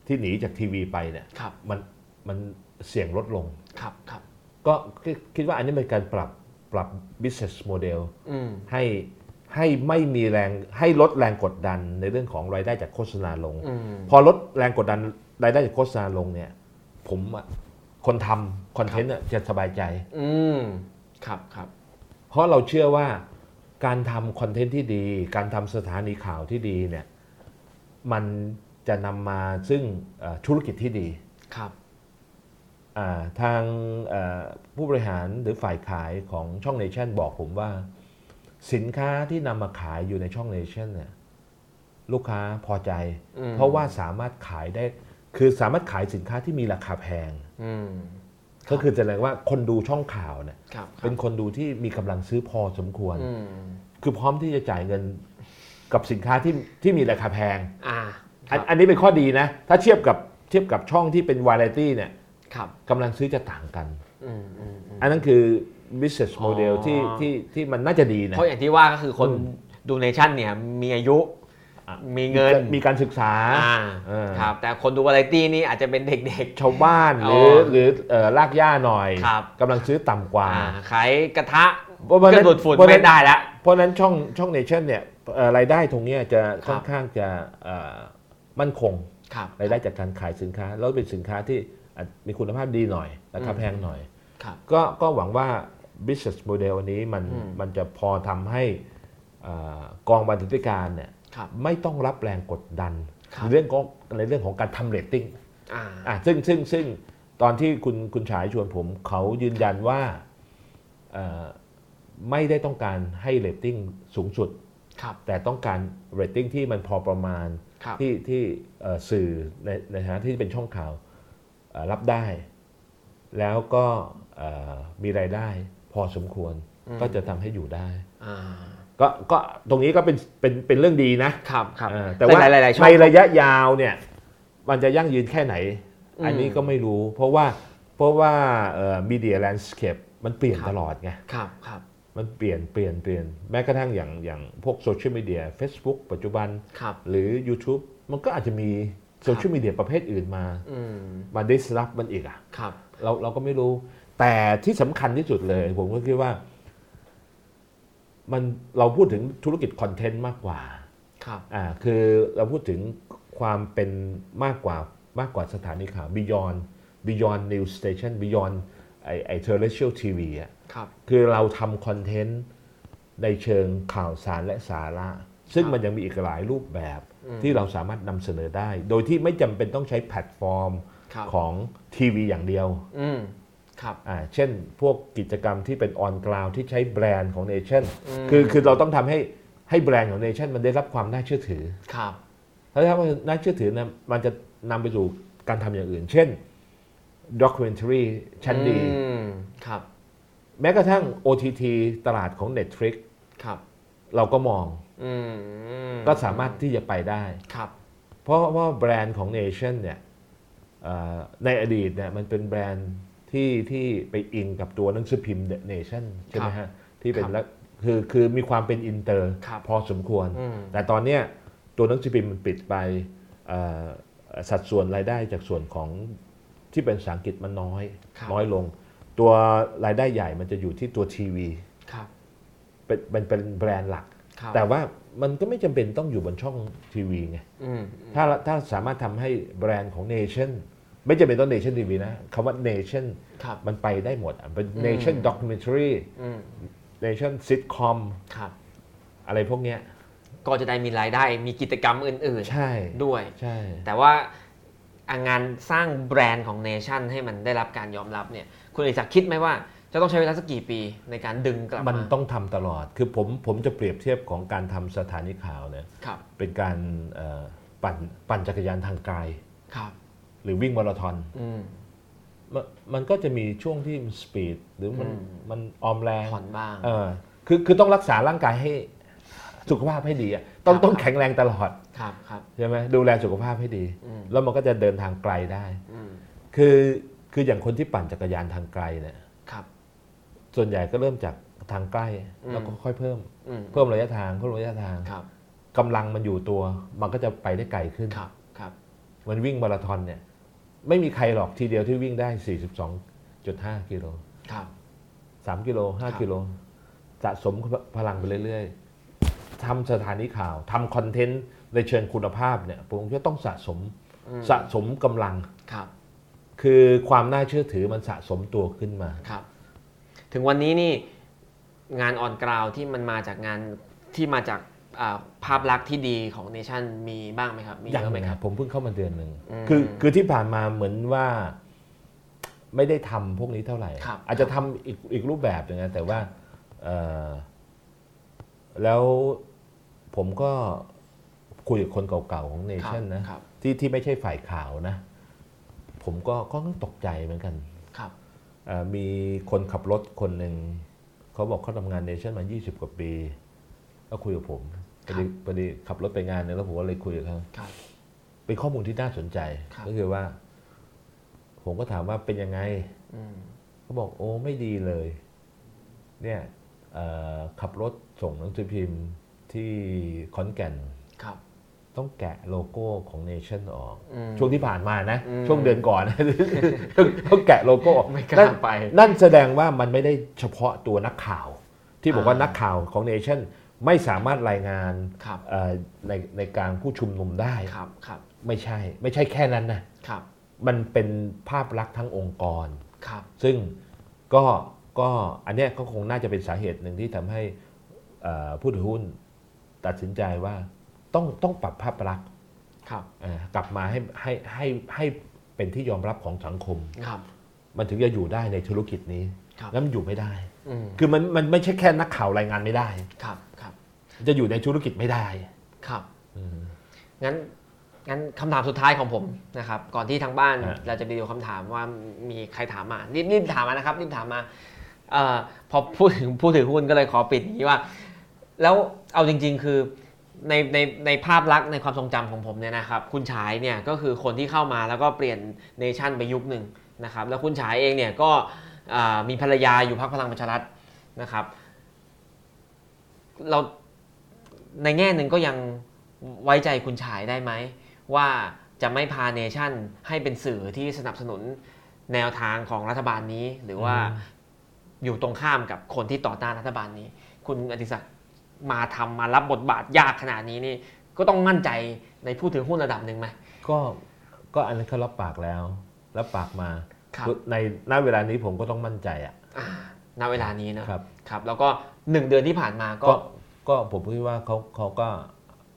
ที่หนีจากทีวีไปเนี่ย ครับ มันมันเสี่ยงลดลง ครับครับ ก็คิดคิดว่าอันนี้เป็นการปรับปรับ business model อืม ให้ให้ไม่มีแรงให้ลดแรงกดดันในเรื่องของรายได้จากโฆษณาลง อืม พอลดแรงกดดันรายได้จากโฆษณาลงเนี่ย ผมอะคนทำคอนเทนต์อะจะสบายใจ อืม ครับครับ เพราะเราเชื่อว่าการทำคอนเทนต์ที่ดี การทำสถานีข่าวที่ดีเนี่ยมันจะนำมาซึ่งเอ่อธุรกิจที่ดี ครับ อ่าทางเอ่อผู้บริหารหรือฝ่ายขายของช่องเนชั่นบอกผมว่า สินค้าที่นำมาขายอยู่ในช่องเนชั่นเนี่ยลูกค้าพอใจ อืม เพราะว่าสามารถขายได้คือสามารถขายสินค้าที่มีราคาแพง อืม ก็คือจะแสดงว่าคนดูช่องข่าวเนี่ย ครับครับ เป็นคนดูที่มีกำลังซื้อพอสมควร อืม คือพร้อมที่จะจ่ายเงินกับสินค้าที่ที่มีราคาแพง อ่าครัอัน บ อันนี้เป็นข้อดีนะ ถ้าเทียบกับเทียบกับช่องที่เป็นวาไรตี้เนี่ย ครับ กำลังซื้อจะต่างกัน อืมอืมอืม อันนั้นคือ business model อ๋อ ที่ที่ที่มันน่าจะดีนะ เพราะอย่างที่ว่าก็คือคน อืม ดูเนชั่นเนี่ยมีอายุ อ่ะ มีเงิน มีการศึกษา อ่า เออ ครับ แต่คนดูวาไรตี้นี่อาจจะเป็นเด็ก ชาวบ้านห อ๋ รือ อหรือเอ่อลากย่าหน่อย ครับ กำลังซื้อต่ำๆกว่า อ่าขายกระทะ เพราะ เครื่องดูดฝุ่น เพราะ ไม่ได้ละ เพราะฉะนั้นช่องช่องเนชั่นเนี่ยเอ่อรายได้ตรงเนี้ยจะ ครับ ค่อนข้างจะเอ่อมั่นคง ครับ รายได้จากการขายสินค้า แล้วเป็นสินค้าที่อาจมีคุณภาพดีหน่อยราคาแพงหน่อย ครับ ก็ก็หวังว่า business model อันนี้มัน อืม มันจะพอทำให้เอ่อกองบรรณาธิการเนี่ย ครับ ไม่ต้องรับแรงกดดัน ครับ ในเรื่องของในเรื่องของการทำเรตติ้ง อ่า อ่ะซึ่งซึ่งซึ่งตอนที่คุณคุณฉายชวนผมเขายืนยันว่าเอ่อไม่ได้ต้องการให้เรตติ้งสูงสุด ครับ แต่ต้องการเรตติ้งที่มันพอประมาณ ครับ ที่ที่เอ่อสื่อในในฐานะที่เป็นช่องข่าวเอ่อรับได้ แล้วก็เอ่อมีรายได้พอสมควรก็จะทำให้อยู่ได้ อ่า ก็ก็ตรงนี้ก็เป็นเป็นเป็นเรื่องดีนะ ครับครับ เออ แต่ แต่ว่า หลายๆช่อง ในระยะยาวเนี่ยมันจะยั่งยืนแค่ไหน อืม อันนี้ก็ไม่รู้ เพราะว่าเพราะว่ามีเดียแลนด์สเคปมันเปลี่ยน ครับ ตลอดไง ครับครับ มันเปลี่ยนเปลี่ยนเปลี่ยนแม้กระทั่งอย่างอย่างพวกโซเชียลมีเดีย Facebook ปัจจุบัน ครับ หรือ YouTube มันก็อาจจะมีโซเชียลมีเดียประเภทอื่นมา อืม มาดิสรับมันอีกอะ ครับ เราเราก็ไม่รู้ แต่ที่สำคัญที่สุดเลย ผมก็คิดว่ามันเราพูดถึงธุรกิจคอนเทนต์มากกว่า ครับ อ่าคือเราพูดถึงความเป็นมากกว่ามากกว่าสถานีข่าว Beyond Beyond News Station Beyond ไอไอ terrestrial TV อ่ะ ครับ คือเราทำคอนเทนต์ในเชิงข่าวสารและสาระ ซึ่คงรับ มันยังมีอีกหลายรูปแบบที่เราสามารถนำเสนอได้ โดยที่ไม่จำเป็นต้องใช้แพลตฟอร์ม ครับ ของทีวีอย่างเดียว อืมครับ อ่าเช่นพวกกิจกรรมที่เป็นออนกราวที่ใช้แบรนด์ของเนชั่น อืม คือคือเราต้องทำให้ให้แบรนด์ของเนชั่นมันได้รับความน่าเชื่อถือ ครับ ถ้าถ้ามันน่าเชื่อถือนะมันจะนำไปสู่การทำอย่างอื่น เช่นด็อกิเมนทรีชั้นดี อืมครับ แม้กระทั่ง OTT ตลาดของ Netflix ครับ เราก็มอง อืม ก็สามารถที่จะไปได้ ครับ เพราะว่าแบรนด์ของ Nation เนี่ยเอ่อในอดีตเนี่ยมันเป็นแบรนด์ที่ที่ไปอิงกับตัวหนังสือพิมพ์ The Nation ใช่ไหมฮะ ที่เป็นลักคือคือมีความเป็นอินเตอร์ ครับ พอสมควร อืม แต่ตอนเนี้ยตัวหนังสือพิมพ์มันปิดไปเอ่อสัดส่วนรายได้จากส่วนของที่เป็นภาษาอังกฤษมันน้อย ครับ น้อยลง ตัวรายได้ใหญ่มันจะอยู่ที่ตัวทีวี ครับ เป็นเป็นเป็นแบรนด์หลัก ครับ แต่ว่ามันก็ไม่จำเป็นต้องอยู่บนช่องทีวีไง อืม ถ้าถ้าสามารถทำให้แบรนด์ของเนชั่นไม่จำเป็นต้องเนชั่นทีวีนะคำว่าเนชั่น ครับ มันไปได้หมดอะเป็นเนชั่นด็อกิเมนทรี อืม เนชั่นซิทคอม ครับ อะไรพวกเนี้ย ก็จะได้มีรายได้มีกิจกรรมอื่น ใช่ ๆด้วย ใช่ แต่ว่าอ่ะงานสร้างแบรนด์ของเนชั่นให้มันได้รับการยอมรับเนี่ยคุณเอกศักดิ์คิดไหมว่า จะต้องใช้เวลาสักกี่ปีในการดึงกลับมา มันต้องทำตลอด คือผมผมจะเปรียบเทียบของการทำสถานีข่าวเนี่ย ครับ เป็นการเอ่อปั่นปั่นจักรยานทางไกล ครับ หรือวิ่งมาราธอน อืม มันมันก็จะมีช่วงที่สปีดหรือมัน อืม มันออมแรง ผ่อนบ้าง เออคือคือต้องรักษาร่างกายให้สุขภาพให้ดีอะต้อง ครับ ต้องแข็งแรงตลอด ครับครับ ใช่ไหมดูแลสุขภาพให้ดี อืม แล้วมันก็จะเดินทางไกลได้ อืม คือคืออย่างคนที่ปั่นจักรยานทางไกลเนี่ย ครับ ส่วนใหญ่ก็เริ่มจากทางใกล้ อืม แล้วก็ค่อยเพิ่ม อืม เพิ่มระยะทางเพิ่มระยะทาง ครับ กำลังมันอยู่ตัว มันก็จะไปได้ไกลขึ้น ครับครับ มันวิ่งมาราธอนเนี่ย ไม่มีใครหรอกทีเดียวที่วิ่งได้ 42.5 กิโล ครับ 3 กิโล ครับ 5 กิโล สะสมพลังไปเรื่อยๆทำสถานีข่าวทำคอนเทนต์ในเชิงคุณภาพเนี่ยผมก็ต้องสะสม อืม สะสมกำลัง ครับ คือความน่าเชื่อถือมันสะสมตัวขึ้นมา ครับ ถึงวันนี้นี่งานออนกราวที่มันมาจากงานที่มาจากอ่าภาพลักษณ์ที่ดีของเนชั่นมีบ้างไหมครับ มี ยั เย ง อะไหม ไม่ ค ค รั รับ บผมเพิ่งเข้ามาเดือนหนึ่ง อืม คือคือที่ผ่านมาเหมือนว่า ไม่ได้ทำพวกนี้เท่าไหร่ ครับ อาจจะทำอีกอีกรูปแบบหนึ่งนะแต่ว่าเอ่อแล้วผมก็คุยกับคนเก่าๆของเนชั่นนะครับ ที่ที่ไม่ใช่ฝ่ายข่าวนะ ผมก็ก็ตกใจเหมือนกัน ครับ เอ่อมีคนขับรถคนหนึ่ง เขาบอกเขาทำงานเนชั่นมา 20 กว่าปีก็คุยกับผมพ ครั อบ ดีพอดีขับรถไปงานเนี่ยแล้วผมก็เลยคุยกับเขา ครับ เป็นข้อมูลที่น่าสนใจ ครับ ก็คือว่า ผมก็ถามว่าเป็นยังไง อืม เขาบอกโอ้ไม่ดีเลย เนี่ยเอ่อขับรถส่งหนังสือพิมพ์ที่ขอนแก่น ครับ ต้องแกะโลโก้ของเนชั่นออก อืม ช่วงที่ผ่านมานะ อืม ช่วงเดือนก่อน ต้องแกะโลโก้ออก ไม่กล้า นั่น ไป นั่นแสดงว่ามันไม่ได้เฉพาะตัวนักข่าว ที่บอกว่า อ่านั นักข่าวของเนชั่นไม่สามารถรายงาน ครับ เอ่อในในกลารผู้ชุมนุมได้ ครับครับ ไม่ใช่ ไม่ใช่แค่นั้นนะครับมันเป็นภาพลักษณ์ทั้งองค์กร ครับ ซึ่งก็ก็อันเนี้ยก็คงน่าจะเป็นสาเหตุหนึ่งที่ทำให้เอ่อผู้ถือหุ้นตัดสินใจว่าต้องต้องปรับภาพลักษณ์ ครับ อ่ากลับมาให้ให้ให้ให้เป็นที่ยอมรับของสังคม ครับ มันถึงจะอยู่ได้ในธุรกิจนี้ ครับ แล้วมันอยู่ไม่ได้ อืม คือมันมันไม่ใช่แค่นักข่าวรายงานไม่ได้ ครับครับ จะอยู่ในธุรกิจไม่ได้ ครับ งั้นงั้นคำถามสุดท้ายของผมนะครับ ก่อนที่ทางบ้าน ฮะ เราจะไปดูคำถามว่ามีใครถามมารีบรีบถามมานะครับรีบถามมาเออพอพูดถึงผู้ถือหุ้นก็เลยขอปิดอย่างนี้ว่า แล้วเอาจริง ๆ คือในในในภาพลักษณ์ในความทรงจำของผมเนี่ยนะครับ คุณฉายเนี่ยก็คือคนที่เข้ามาแล้วก็เปลี่ยนเนชั่นไปยุคหนึ่งนะครับ แล้วคุณฉายเองเนี่ยก็อ่ามีภรรยาอยู่พรรคพลังประชารัฐนะครับ เราในแง่หนึ่งก็ยัง ไว้ใจคุณฉายได้ไหม ว่าจะไม่พาเนชั่นให้เป็นสื่อที่สนับสนุนแนวทางของรัฐบาลนี้ หรือว่าอยู่ตรงข้ามกับคนที่ต่อต้านรัฐบาลนี้ คุณอดิศักดิ์มาทำมารับบทบาทยากขนาดนี้นี่ก็ต้องมั่นใจในผู้ถือหุ้นระดับหนึ่งไหม ก็ก็อันนั้นเขารับปากแล้ว รับปากมา ครับ ในณเวลานี้ผมก็ต้องมั่นใจอ่ะ อ่าณเวลานี้นะครับ ครับ แล้วก็หนึ่งเดือนที่ผ่านมาก็ ก็ก็ผมคิดว่าเขาเขาก็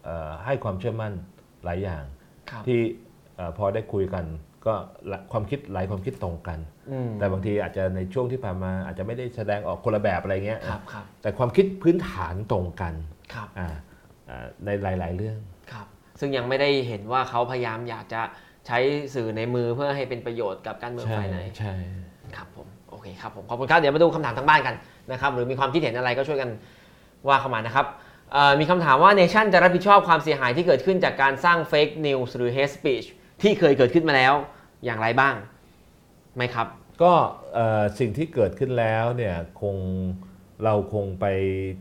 เอ่อให้ความเชื่อมั่นหลายอย่าง ครับ ที่เอ่อพอได้คุยกัน ก็ละความคิดหลายความคิดตรงกัน อืม แต่บางทีอาจจะในช่วงที่ผ่านมาอาจจะไม่ได้แสดงออกคนละแบบอะไรเงี้ย ครับครับ แต่ความคิดพื้นฐานตรงกัน ครับ อ่าอ่าในหลาย ๆ เรื่อง ครับซึ่งยังไม่ได้เห็นว่าเขาพยายามอยากจะใช้สื่อในมือเพื่อให้เป็นประโยชน์กับการเมือง ใช่ ฝ่ายไหน ใช่ ครับผมโอเคครับผมขอบคุณครับเดี๋ยวมาดูคำถามทางบ้านกันนะครับหรือมีความคิดเห็นอะไรก็ช่วยกันว่าเข้ามานะครับเอ่อมีคำถามว่าเนชั่นจะรับผิดชอบความเสียหายที่เกิดขึ้นจากการสร้างเฟกนิวส์หรือเฮสปีชที่เคยเกิดขึ้นมาแล้วอย่างไรบ้างไหมครับ ก็เอ่อสิ่งที่เกิดขึ้นแล้วเนี่ยคงเราคงไป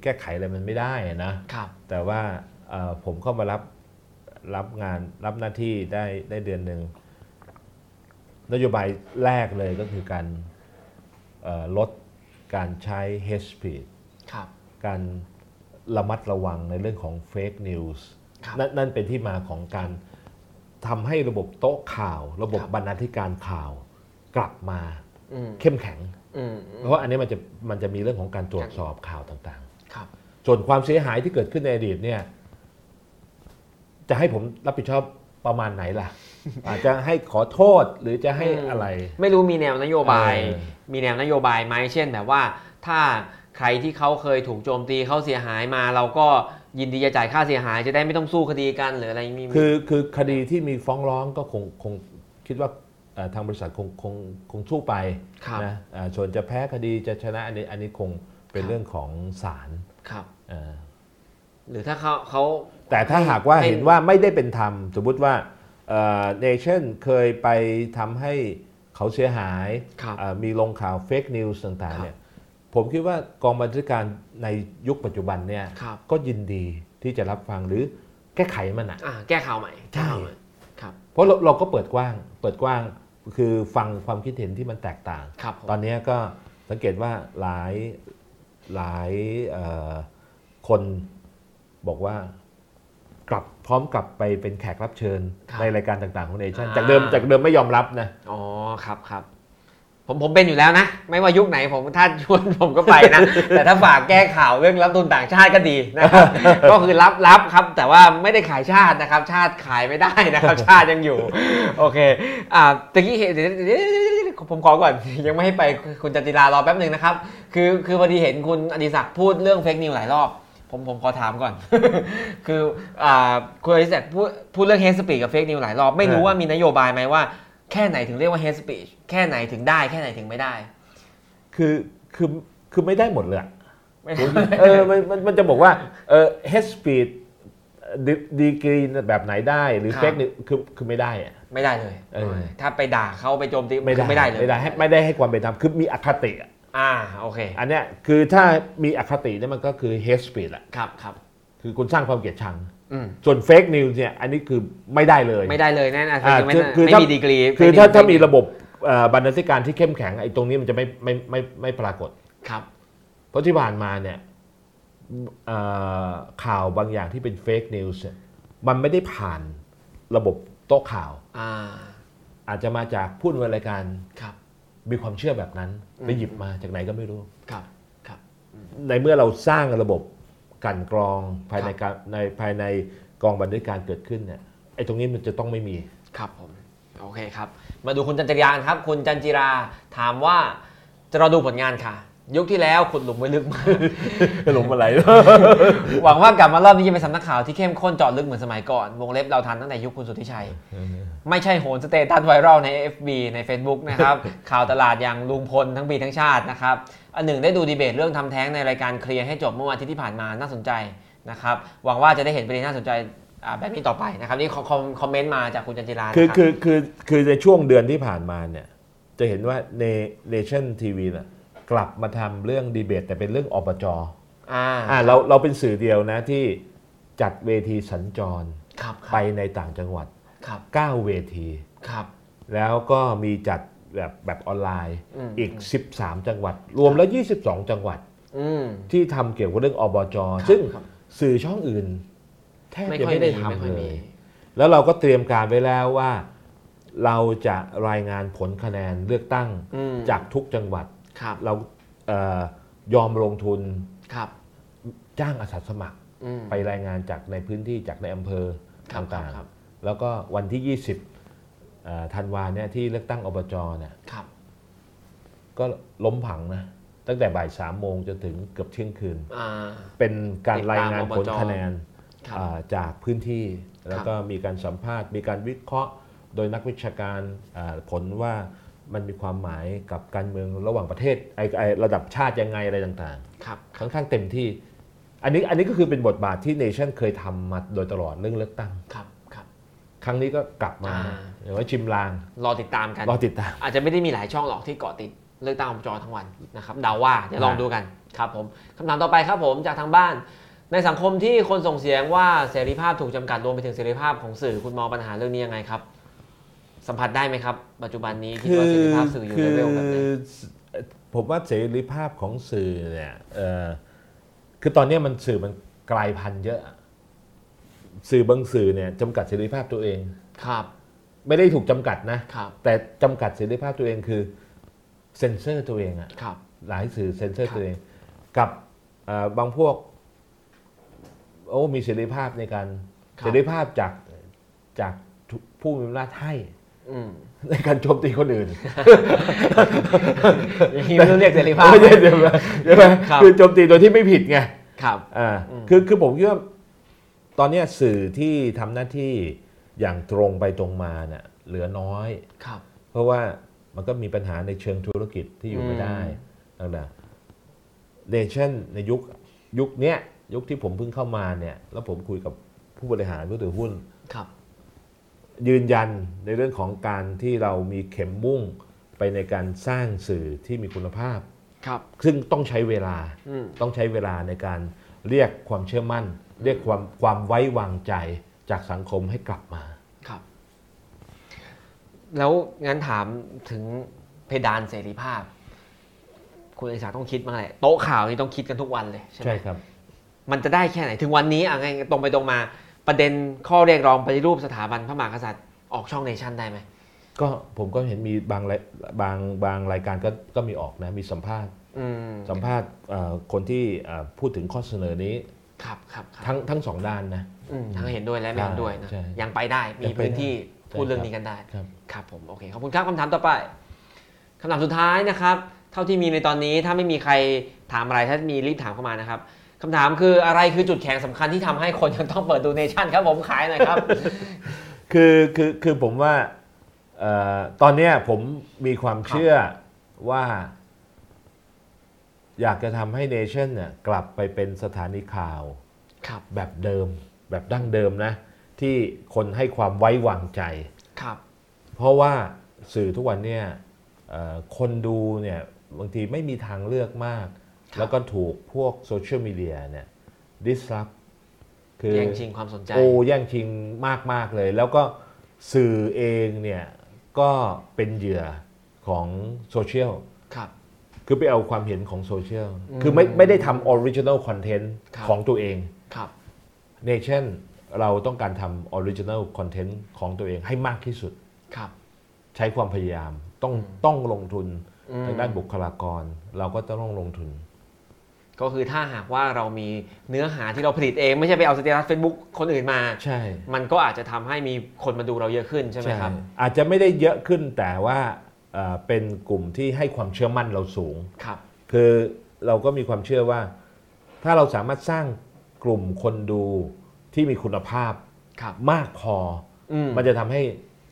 แก้ไขอะไรมันไม่ได้นะ ครับ แต่ว่าเอ่อผมเข้ามารับรับงานรับหน้าที่ได้ได้เดือนหนึ่งนโยบายแรกเลยก็คือการเอ่อลดการใช้ hate speech ครับ การระมัดระวังในเรื่องของเฟกนิวส์ ครับ นั่นนั่นเป็นที่มาของการทำให้ระบบโต๊ะข่าว ระบบ ครับ บรรณาธิการข่าวกลับมา อืม เข้มแข็ง อืม เพราะว่าอันนี้มันจะมันจะมีเรื่องของการตรวจสอบข่าวต่าง ครับ ๆ ส่วนความเสียหายที่เกิดขึ้นในอดีตเนี่ยจะให้ผมรับผิดชอบประมาณไหน ล่ะ อาจจะให้ขอโทษหรือจะให้อะไร ไม่รู้มีแนวนโยบาย เออ มีแนวนโยบายไหมเช่นแบบว่า ถ้าใครที่เขาเคยถูกโจมตีเขาเสียหายมา เราก็ยินดีจะจ่ายค่าเสียหายจะได้ไม่ต้องสู้คดีกันหรืออะไรมีไหม คือคือคดีที่มีฟ้องร้องก็คงคงคิดว่าเอ่อทางบริษัทคงคงคงสู้ไป ครับ นะอ่าส่วนจะแพ้คดีจะชนะอันนี้อันนี้คงเป็นเรื่องของศาล ครับ เอ่อ หรือถ้าเขาเขา แต่ถ้าหากว่า ให้ เห็นว่าไม่ได้เป็นธรรม สมมติว่าเนชั่นเคยไปทำให้เขาเสียหาย ครับ เอ่อมีลงข่าวเฟกนิวส์ต่าคงรั ๆ บ เนี่ยผมคิดว่ากองบัญชาการในยุคปัจจุบันเนี่ย ครับ ก็ยินดีที่จะรับฟังหรือแก้ไขมันอะ อ่าแก้ข่าวใหม่ ใช่ แก้ข่าวใหม่ครับ เพราะเราเราก็เปิดกว้าง เปิดกว้างคือฟังความคิดเห็นที่มันแตกต่าง ครับผม ตอนนี้ก็สังเกตว่าหลายหลายเอ่อคนบอกว่ากลับพร้อมกลับไปเป็นแขกรับเชิญ ในรายการต่างๆของเนชั่นจากเดิมจากเดิมไม่ยอมรับนะ อ๋อครับครับ ผมผมเป็นอยู่แล้วนะ ไม่ว่ายุคไหนผมถ้าชวนผมก็ไปนะ แต่ถ้าฝากแก้ข่าวเรื่องรับทุนต่างชาติก็ดี นะครับ ก็คือรับรับครับ แต่ว่าไม่ได้ขายชาตินะครับ ชาติขายไม่ได้นะครับ ชาติยังอยู่ โอเคอ่าตะกี้เห็นเดี๋ยวเดี๋ยวเดี๋ยวเดี๋ยว ผมขอก่อน ยังไม่ให้ไปคุณจติลารอแป๊บหนึ่งนะครับ คือคือพอดีเห็นคุณอดิศักดิ์พูดเรื่องเฟกนิวหลายรอบ ผมผมขอถามก่อน คืออ่าคุณอดิศักดิ์พูดพูดเรื่องเฮสปีกับเฟกนิวหลายรอบ ไม่รู้ ใช่ ว่ามีนโยบายไหมว่า แค่ไหนถึงเรียกว่าเฮสปีแค่ไหนถึงได้แค่ไหนถึงไม่ได้ คือคือคือไม่ได้หมดเลยอะ ไม่ เออมันมันมันจะบอกว่าเออ head speed ดีกรีแบบไหนได้หรือเฟกนี่คือคือไม่ได้อะ ไม่ได้เลย เออ ถ้าไปด่าเขาไปโจมตี ไม่ได้ คือไม่ได้เลย ไม่ได้ให้ไม่ได้ให้ความเป็นธรรมคือมีอคติอะ อ่าโอเค อันเนี้ยคือถ้ามีอคติเนี่ยมันก็คือ head speed แหละ ครับครับ คือคุณสร้างความเกลียดชัง อืม ส่วนเฟกนิวส์เนี่ยอันนี้คือไม่ได้เลย ไม่ได้เลยแน่นอน อ่า ไม่ คือ ได้ คืไม่มีอถ้าดีกรี คือ fake ถ้า news ถ้ามีระบบเอ่อบรรณาธิการที่เข้มแข็งไอ้ตรงนี้มันจะไม่ไม่ไม่ไม่ไม่ปรากฏ ครับ เพราะที่ผ่านมาเนี่ยเอ่อข่าวบางอย่างที่เป็นเฟกนิวส์มันไม่ได้ผ่านระบบโต๊ะข่าว อ่า อาจจะมาจากผู้ดำเนินรายการ ครับ มีความเชื่อแบบนั้น อืม ไปหยิบมาจากไหนก็ไม่รู้ ครับ ในเมื่อเราสร้างระบบกลันกรองภายในการในภายในกองบรรณาธิการเกิดขึ้นเนี่ยไอ้ตรงนี้มันจะต้องไม่มี ครับผม โอเคครับ มาดูคุณจันจิราครับ คุณจันจิราถามว่าจะรอดูผลงานค่ะ ยุคที่แล้วขุดหลุมไว้ลึกมาก หลงอะไร หวังว่ากลับมารอบนี้จะเป็นสำนักข่าวที่เข้มข้นเจาะลึกเหมือนสมัยก่อน วงเล็บเราทันตั้งแต่ยุคคุณสุทธิชัย ไม่ใช่โหนสเตตัสไวรัลใน FB ใน Facebook นะครับ ข่าวตลาดอย่างลุงพลทั้งปีทั้งชาตินะครับ อันหนึ่งได้ดูดีเบตเรื่องทำแท้งในรายการเคลียร์ให้จบเมื่อวันอาทิตย์ที่ผ่านมาน่าสนใจนะครับ หวังว่าจะได้เห็นประเด็นน่าสนใจอ่าแบบนี้ต่อไปนะครับนี่คอมคอมเมนต์มาจากคุณจันจิรานะ คือ รับ คือคือคือในช่วงเดือนที่ผ่านมาเนี่ย จะเห็นว่าเนเนชั่นทีวีน่ะกลับมาทำเรื่องดีเบต แต่เป็นเรื่องอบจ อ่า อ่าเราเราเป็นสื่อเดียวนะที่จัดเวทีสัญจร ครับค ไป รับ ในต่างจังหวัด ครับ 9 เวที ครับ แล้วก็มีจัดแบบแบบออนไลน์ อืม อีก 13 จังหวัด รวมแล้ว 22 จังหวัด อืม ที่ทำเกี่ยวกับเรื่องอบจ ซึ่ง ครับ สื่อช่องอื่นแทบ ไม่ จะ ค่อย ไม่ได้ มีไม่ ทำ ค่อย เล มี ย แล้วเราก็เตรียมการไว้แล้วว่า เราจะรายงานผลคะแนนเลือกตั้ง อืม จากทุกจังหวัด ครับ เราเอ่อยอมลงทุน ครับ จ้างอาสาสมัคร อืม ไปรายงานจากในพื้นที่จากในอำเภอ ครับ ต่าง ครับ ๆแล้วก็วันที่ 20เอ่อธันวาเนี่ยที่เลือกตั้งอบจเนี่ย ครับ ก็ล้มผังนะตั้งแต่บ่ายสามโมงจนถึงเกือบเที่ยงคืน อ่า เป็นการ ติดตาม รายงานผอลบจ คะแนน ครับ อ่าจากพื้นที่ แล้วก็มีการสัมภาษณ์ มีการวิเคราะห์ โดยนักวิชาการอ่าผลว่ามันมีความหมายกับการเมืองระหว่างประเทศไอ้ไอ้ระดับชาติยังไงอะไรต่าง ครับ ๆ ค่อนข้างเต็มที่ อันนี้อันนี้ก็คือเป็นบทบาทที่เนชั่นเคยทำมาโดยตลอดเรื่องเลือกตั้ง ครับครับ ครั้งนี้ก็กลับมา อ่า หรือว่าชิมลาง รอติดตามกัน รอติดตาม อาจจะไม่ได้มีหลายช่องหรอกที่เกาะติดเลือกตั้งอบจทั้งวันนะครับเดาว่าเดี๋ยวลองดูกันครับผมคำถามต่อไปครับผมจากทางบ้าน ในสังคมที่คนส่งเสียงว่าเสรีภาพถูกจำกัดรวมไปถึงเสรีภาพของสื่อคุณมองปัญหาเรื่องนี้ยังไงครับ สัมผัสได้ไหมครับ ปัจจุบันนี้คิดว่าเสรีภาพสื่ออยู่ในเวลแบบไหน คือผมว่าเสรีภาพของสื่อเนี่ยเอ่อคือตอนเนี้ยมันสื่อมันกลายพันธุ์เยอะอะสื่อบางสื่อเนี่ยจำกัดเสรีภาพตัวเอง ครับ ไม่ได้ถูกจำกัดนะ ครับ แต่จำกัดเสรีภาพตัวเองคือเซ็นเซอร์ตัวเองอะ ครับ หลายสื่อเซ็นเซอร์ ครับ ตัวเอง กับเอ่อบางพวกโอ้มีเสรีภาพในการเสรีภาพจากจากผู้มีอำนาจให้ อืม ในการโจมตีคนอื่น อย่างนี้ไม่ต้องเรียกเสรีภาพ ไม่ใช่เดี๋ยวมาเดี๋ยวมา ครับ คือโจมตีโดยที่ไม่ผิดไง ครับ อ่า อืม คือคือผมคิดว่าตอนเนี้ยสื่อที่ทำหน้าที่อย่างตรงไปตรงมาเนี่ยเหลือน้อย ครับ เพราะว่ามันก็มีปัญหาในเชิงธุรกิจที่อยู่ไม่ได้ อื ต่างๆเนชั่นในยุคยุคเนี้ยยุคที่ผมเพิ่งเข้ามาเนี่ยแล้วผมคุยกับผู้บริหารผู้ถือหุ้น ครับ ยืนยันในเรื่องของการที่เรามีเข็มมุ่งไปในการสร้างสื่อที่มีคุณภาพ ครับ ซึ่งต้องใช้เวลา อืม ต้องใช้เวลาในการเรียกความเชื่อมั่น เรียกความความไว้วางใจจากสังคมให้กลับมา ครับ แล้วงั้นถามถึงเพดานเสรีภาพ คุณอิสาต้องคิดบ้างแหละโต๊ะข่าวนี่ต้องคิดกันทุกวันเลยใช่ไหม ใช่ครับ มันจะได้แค่ไหนถึงวันนี้อ่ะไงตรงไปตรงมา ประเด็นข้อเรียกร้องปฏิรูปสถาบันพระมหากษัตริย์ออกช่องเนชั่นได้ไหม ก็ผมก็เห็นมีบางรายบางบางรายการก็ก็มีออกนะมีสัมภาษณ์ อืม สัมภาษณ์เอ่อคนที่เอ่อพูดถึงข้อเสนอนี้ ครับครับครับ ทั้งทั้งสองด้านนะ อืมทั้งเห็นด้วยและไม่เห็นด้วยนะ ใช่ใช่ ยังไปได้มี ยังไป พื้น ได้ ที่พูด ใช่ เรื่อง ครับ นี้กันได้ ครับ ครับผมโอเคขอบคุณครับคำถามต่อไป คำถามสุดท้ายนะครับ เท่าที่มีในตอนนี้ถ้าไม่มีใครถามอะไรถ้ามีรีบถามเข้ามานะครับคำถามคืออะไรคือจุดแข็งสำคัญที่ทำให้คนยังต้องเปิดดูเนชั่นครับผมขายหน่อยครับ คือคือคือผมว่าเอ่อตอนเนี้ยผมมีความเชื่อว่า อยากจะทำให้เนชั่นเนี่ยกลับไปเป็นสถานีข่าว ครับ แบบเดิม แบบดั้งเดิมนะ ที่คนให้ความไว้วางใจ ครับ เพราะว่าสื่อทุกวันเนี่ยเอ่อคนดูเนี่ยบางทีไม่มีทางเลือกมาก ครับ แล้วก็ถูกพวกโซเชียลมีเดียเนี่ยดิสรับคือ แย่งชิงความสนใจ โอ้แย่งชิงมากมาก ๆ เลย แล้วก็สื่อเองเนี่ย ก็เป็นเหยื่อของโซเชียล ครับ คือไปเอาความเห็นของโซเชียล อืม คือไม่ไม่ได้ทำออริจิน l ลคอนเทนต์ ครับ ของตัวเอง ครับ เนชั่นเราต้องการทำออริจิน l ลคอนเทนต์ของตัวเองให้มากที่สุด ครับ ใช้ความพยายามต้องต้องลงทุน อืม ทางด้านบุคลากร เราก็ต้องลงทุน ก็คือถ้าหากว่าเรามีเนื้อหาที่เราผลิตเองไม่ใช่ไปเอาสเตตัสเฟซบุ๊กคนอื่นมา ใช่ มันก็อาจจะทำให้มีคนมาดูเราเยอะขึ้นใช่ไหมครับ อาจจะไม่ได้เยอะขึ้นแต่ว่าเอ่อเป็นกลุ่มที่ให้ความเชื่อมั่นเราสูง ครับ คือเราก็มีความเชื่อว่า ถ้าเราสามารถสร้างกลุ่มคนดูที่มีคุณภาพ ครับ มากพอ อืม มันจะทำให้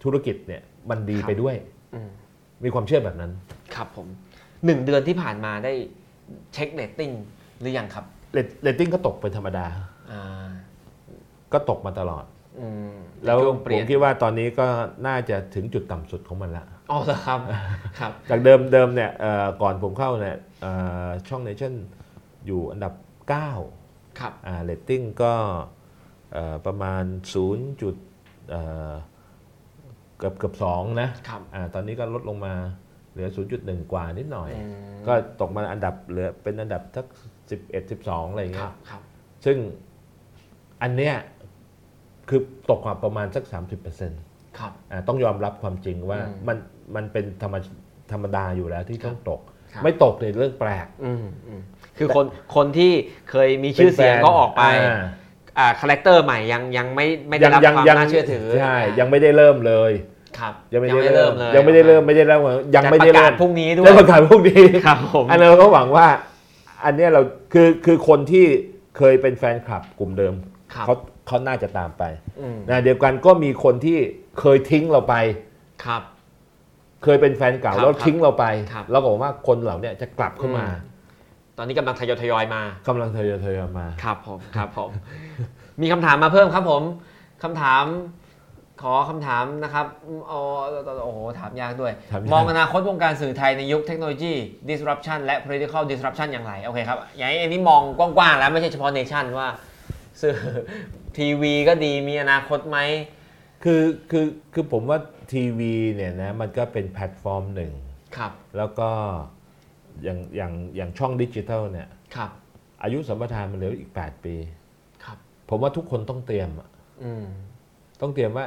ธุรกิจเนี่ยมันดี ครับ ไปด้วย อืม มีความเชื่อแบบนั้น ครับผมหนึ่งเดือนที่ผ่านมาได้เช็คเรตติ้งหรือยังครับ เรตเรตติ้งก็ตกเป็นธรรมดา อ่า ก็ตกมาตลอด อืม แล้ว ช่งเป ผ ลี่ย ม น คิดว่าตอนนี้ก็น่าจะถึงจุดต่ำสุดของมันละ อ๋อเหรอครับ ครับ จากเดิมเดิมเนี่ยเอ่อก่อนผมเข้าเนี่ยเอ่อช่องเนชั่นอยู่อันดับ 9 ครับ อ่าเรตติ้งก็เอ่อประมาณ 0 จุดเอ่อเกือบเกือบ2นะครับ อ่าตอนนี้ก็ลดลงมาเหลือ 0.1 กว่านิดหน่อย อืม ก็ตกมาอันดับเหลือเป็นอันดับทัก11 12 อะไรอย่าง ค เงี้ รับ ย ครับ ซึ่งอันเนี้ยคือตกมาประมาณสัก 30% ครับ อ่าต้องยอมรับความจริงว่า อืม มันมันเป็นธรรมธรรมดาอยู่แล้วที่ต้องตก ครับ ไม่ตกในยเรื่องแปลก อืมอืมคือคนคนที่เคยมีชื่อเสียง ป็นแบรนด์ ก็ออกไป า อ่าคาแรคเตอร์ใหม่ยังยังไม่ไม่ได้รับความน่าเชื่อถือ ใช่ยังไม่ได้เริ่มเลย ครับเลย ยังไม่ได้เริ่มไม่ได้เริ่มยังไม่ได้ จะประเริ่ม กาศพรุ่งนี้ด้ว จะ ย ประกาศพวกนี้ ครับผม อันนั้นเราก็หวังว่า อันเนี้ยเราคือคือคนที่เคยเป็นแฟนคลับกลุ่มเดิม ครับ เขาเขาน่าจะตามไป อืม นะเดียวกันก็มีคนที่เคยทิ้งเราไป ครับ เคยเป็นแฟนเก่า ครับ แล้วทิ้งเราไป ครับ เราก็หวังว่าคนเหล่าเนี้ยจะกลับเข้ามา ตอนนี้กำลังทยอยทยอยๆมาก ำลังทยอยทยอยมา ครับ ผมครับผม มีคำถามมาเพิ่มครับผมคำถาม ขอคำถามนะครับเอาโอ้โหถามยากด้วย ถามยาก มองอนาคตวงการสื่อไทยในยุคเทคโนโลยี disruption และ political disruption อย่างไรโอเคครับอย่างนี้อันนี้มองกว้างๆแล้วไม่ใช่เฉพาะ nation ว่าสื่อ ทีวีก็ดีมีอนาคตไหม คือคือคือผมว่าทีวีเนี่ยนะมันก็เป็นแพลตฟอร์มหนึ่ง ครับ แล้วก็อย่างอย่างอย่างช่องดิจิทัลเนี่ย ครับ อายุสัมปทานมันเหลืออีก 8 ปี ครับ ผมว่าทุกคนต้องเตรียมอะ อืม ต้องเตรียมว่า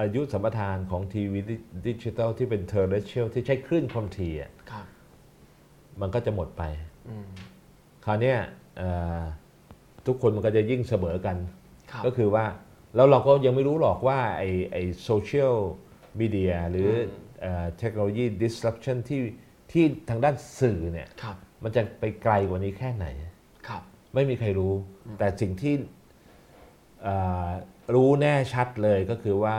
อายุสัมปทานของทีวีดิจิทัลที่เป็นเทอร์เรเชียลที่ใช้คลื่นความถี่อะ ครับ มันก็จะหมดไป อืม คราวเนี้ยเอ่อทุกคนมันก็จะยิ่งเสมอกัน ครับ ก็คือว่าแล้วเราก็ยังไม่รู้หรอกว่าไอ้ไอ้โซเชียลมีเดียหรืออเอ่อเทคโนโลยี disruption ที่ที่ทางด้านสื่อเนี่ย ครับ มันจะไปไกลกว่านี้แค่ไหน ครับ ไม่มีใครรู้ แต่สิ่งที่เอ่อรู้แน่ชัดเลยก็คือว่า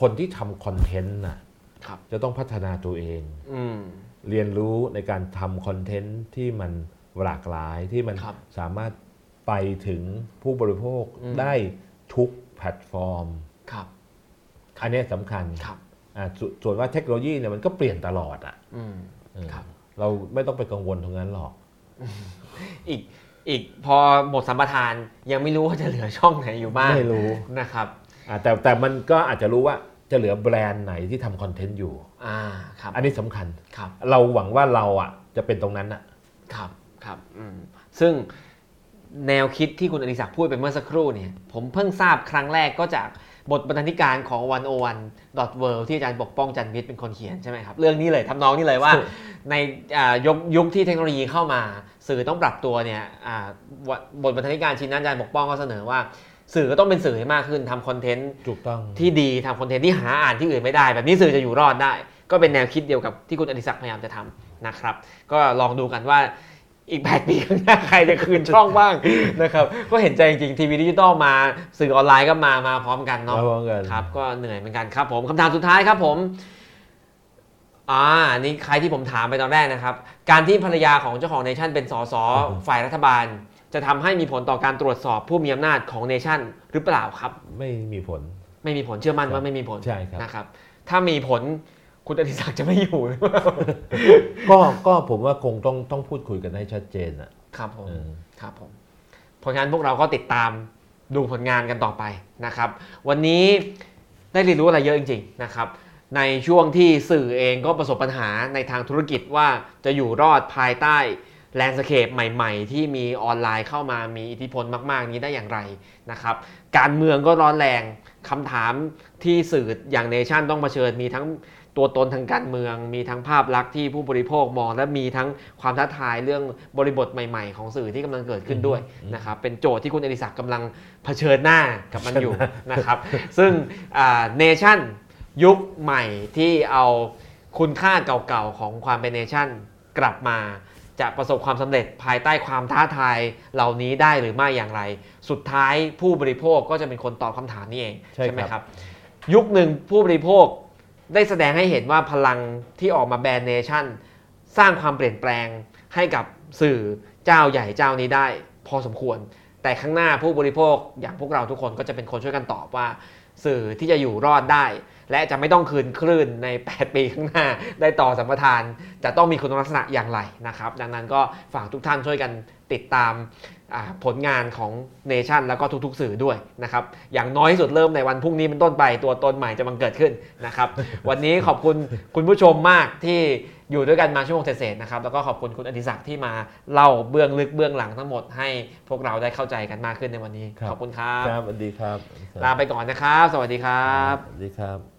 คนที่ทำคอนเทนต์น่ะ ครับ จะต้องพัฒนาตัวเอง อืม เรียนรู้ในการทำคอนเทนต์ที่มันหลากหลายที่มัน ครับ สามารถไปถึงผู้บริโภค อืม ได้ทุกแพลตฟอร์ม ครับ อันเนี้ยสำคัญ ครับ อ่าสส่วนว่าเทคโนโลยีเนี่ยมันก็เปลี่ยนตลอดอ่ะ อืม เออ ครับ เราไม่ต้องไปกังวลตรงนั้นหรอก อีก อีกพอหมดสัมปทานยังไม่รู้ว่าจะเหลือช่องไหนอยู่บ้าง ไม่รู้ นะครับ อ่าแต่แต่มันก็อาจจะรู้ว่าจะเหลือแบรนด์ไหนที่ทำคอนเทนต์อยู่ อ่า ครับ อันนี้สำคัญ ครับ เราหวังว่าเราอ่ะจะเป็นตรงนั้นอ่ะ ครับ ครับ อืม ซึ่งแนวคิดที่คุณอดิศักดิ์พูดไปเมื่อสักครู่เนี่ย ผมเพิ่งทราบครั้งแรกก็จากบทบรรณาธิการของ 101 world ที่อาจารย์ปกป้องจันทร์วิทย์เป็นคนเขียนใช่ไหมครับ เรื่องนี้เลยทำนองนี้เลย ว่า ในอ่ายุคยุคที่เทคโนโลยีเข้ามา สื่อต้องปรับตัวเนี่ยอ่าบทบรรณาธิการชิ้นนั้นอาจารย์ปกป้องก็เสนอว่า สื่อก็ต้องเป็นสื่อให้มากขึ้นทำคอนเทนต์ ถูกต้อง ที่ดีทำคอนเทนต์ที่หาอ่านที่อื่นไม่ได้ แบบนี้สื่อจะอยู่รอดได้ ก็เป็นแนวคิดเดียวกับที่คุณอดิศักดิ์พยายามจะทำนะครับ ก็ลองดูกันว่าอีก 8 ปีข้างหน้าใครจะคืนช่องบ้าง นะครับก็เห็นใจจริงๆทีวีดิจิตอลมาสื่อออนไลน์ก็มามาพร้อมกันเนาะ ระวังกัน ครับ ก็เหนื่อยเหมือนกันครับผมคำถามสุดท้ายครับผม อ่า นี่ใครที่ผมถามไปตอนแรกนะครับ การที่ภรรยาของเจ้าของเนชั่นเป็นสสฝ่ายรัฐบาล จะทำให้มีผลต่อการตรวจสอบผู้มีอำนาจของเนชั่นหรือเปล่าครับ ไม่มีผล ไม่มีผลเชื่อมั่น ครับ ว่าไม่มีผล ใช่ครับ นะครับ ถ้ามีผลคุณอดิศักดิ์จะไม่อยู่ ก็ก็ผมว่าคงต้องต้องพูดคุยกันให้ชัดเจนอ่ะ ครับผม เออ ครับผมเพราะงั้นพวกเราก็ติดตามดูผลงานกันต่อไปนะครับ วันนี้ได้เรียนรู้อะไรเยอะจริงๆนะครับ ในช่วงที่สื่อเองก็ประสบปัญหาในทางธุรกิจว่าจะอยู่รอดภายใต้แลนด์สเคปใหม่ๆ ที่มีออนไลน์เข้ามามีอิทธิพลมากๆ นี้ได้อย่างไรนะครับ การเมืองก็ร้อนแรงคำถามที่สื่ออย่างเนชั่นต้องเผชิญมีทั้ง ตัวตนทางการเมือง มีทั้งภาพลักษณ์ที่ผู้บริโภคมอง และมีทั้งความท้าทายเรื่องบริบทใหม่ๆ ของสื่อที่กำลังเกิดขึ้นด้วยนะครับเป็นโจทย์ที่คุณอดิศักดิ์กำลังเผชิญหน้ากับมันอยู่ นะครับ ซึ่งเนชั่นยุคใหม่ที่เอาคุณค่าเก่าๆ ของความเป็นเนชั่นกลับมา จะประสบความสำเร็จภายใต้ความท้าทายเหล่านี้ได้หรือไม่อย่างไร สุดท้ายผู้บริโภคก็จะเป็นคนตอบคำถามนี้เอง ใช่ ไหม ครับ ครับ ยุคหนึ่งผู้บริโภค ได้แสดงให้เห็นว่าพลังที่ออกมาแบรนด์เนชั่น สร้างความเปลี่ยนแปลงให้กับสื่อเจ้าใหญ่เจ้านี้ได้ พอสมควร แต่ข้างหน้าผู้บริโภคอย่างพวกเราทุกคนก็จะเป็นคนช่วยกันตอบว่า สื่อที่จะอยู่รอดได้ และจะไม่ต้องคืนคลื่น ใน 8 ปีข้างหน้า ได้ต่อสัมปทาน จะต้องมีคุณลักษณะอย่างไรนะครับ ดังนั้นก็ฝากทุกท่านช่วยกันติดตามอ่าผลงานของเนชั่นแล้วก็ทุกๆ สื่อด้วยนะครับ อย่างน้อยที่สุดเริ่มในวันพรุ่งนี้เป็นต้นไปตัวตนใหม่จะบังเกิดขึ้น นะครับ วันนี้ขอบคุณคุณผู้ชมมากที่อยู่ด้วยกันมาชั่วโมงเศษๆนะครับแล้วก็ขอบคุณคุณอดิศักดิ์ที่มาเล่าเบื้องลึกเบื้องหลังทั้งหมดให้พวกเราได้เข้าใจกันมากขึ้นในวันนี้ ครับ ขอบคุณครับ ครับสวัสดีครับ ลาไปก่อนนะครับ สวัสดีครับ สวัสดีครับ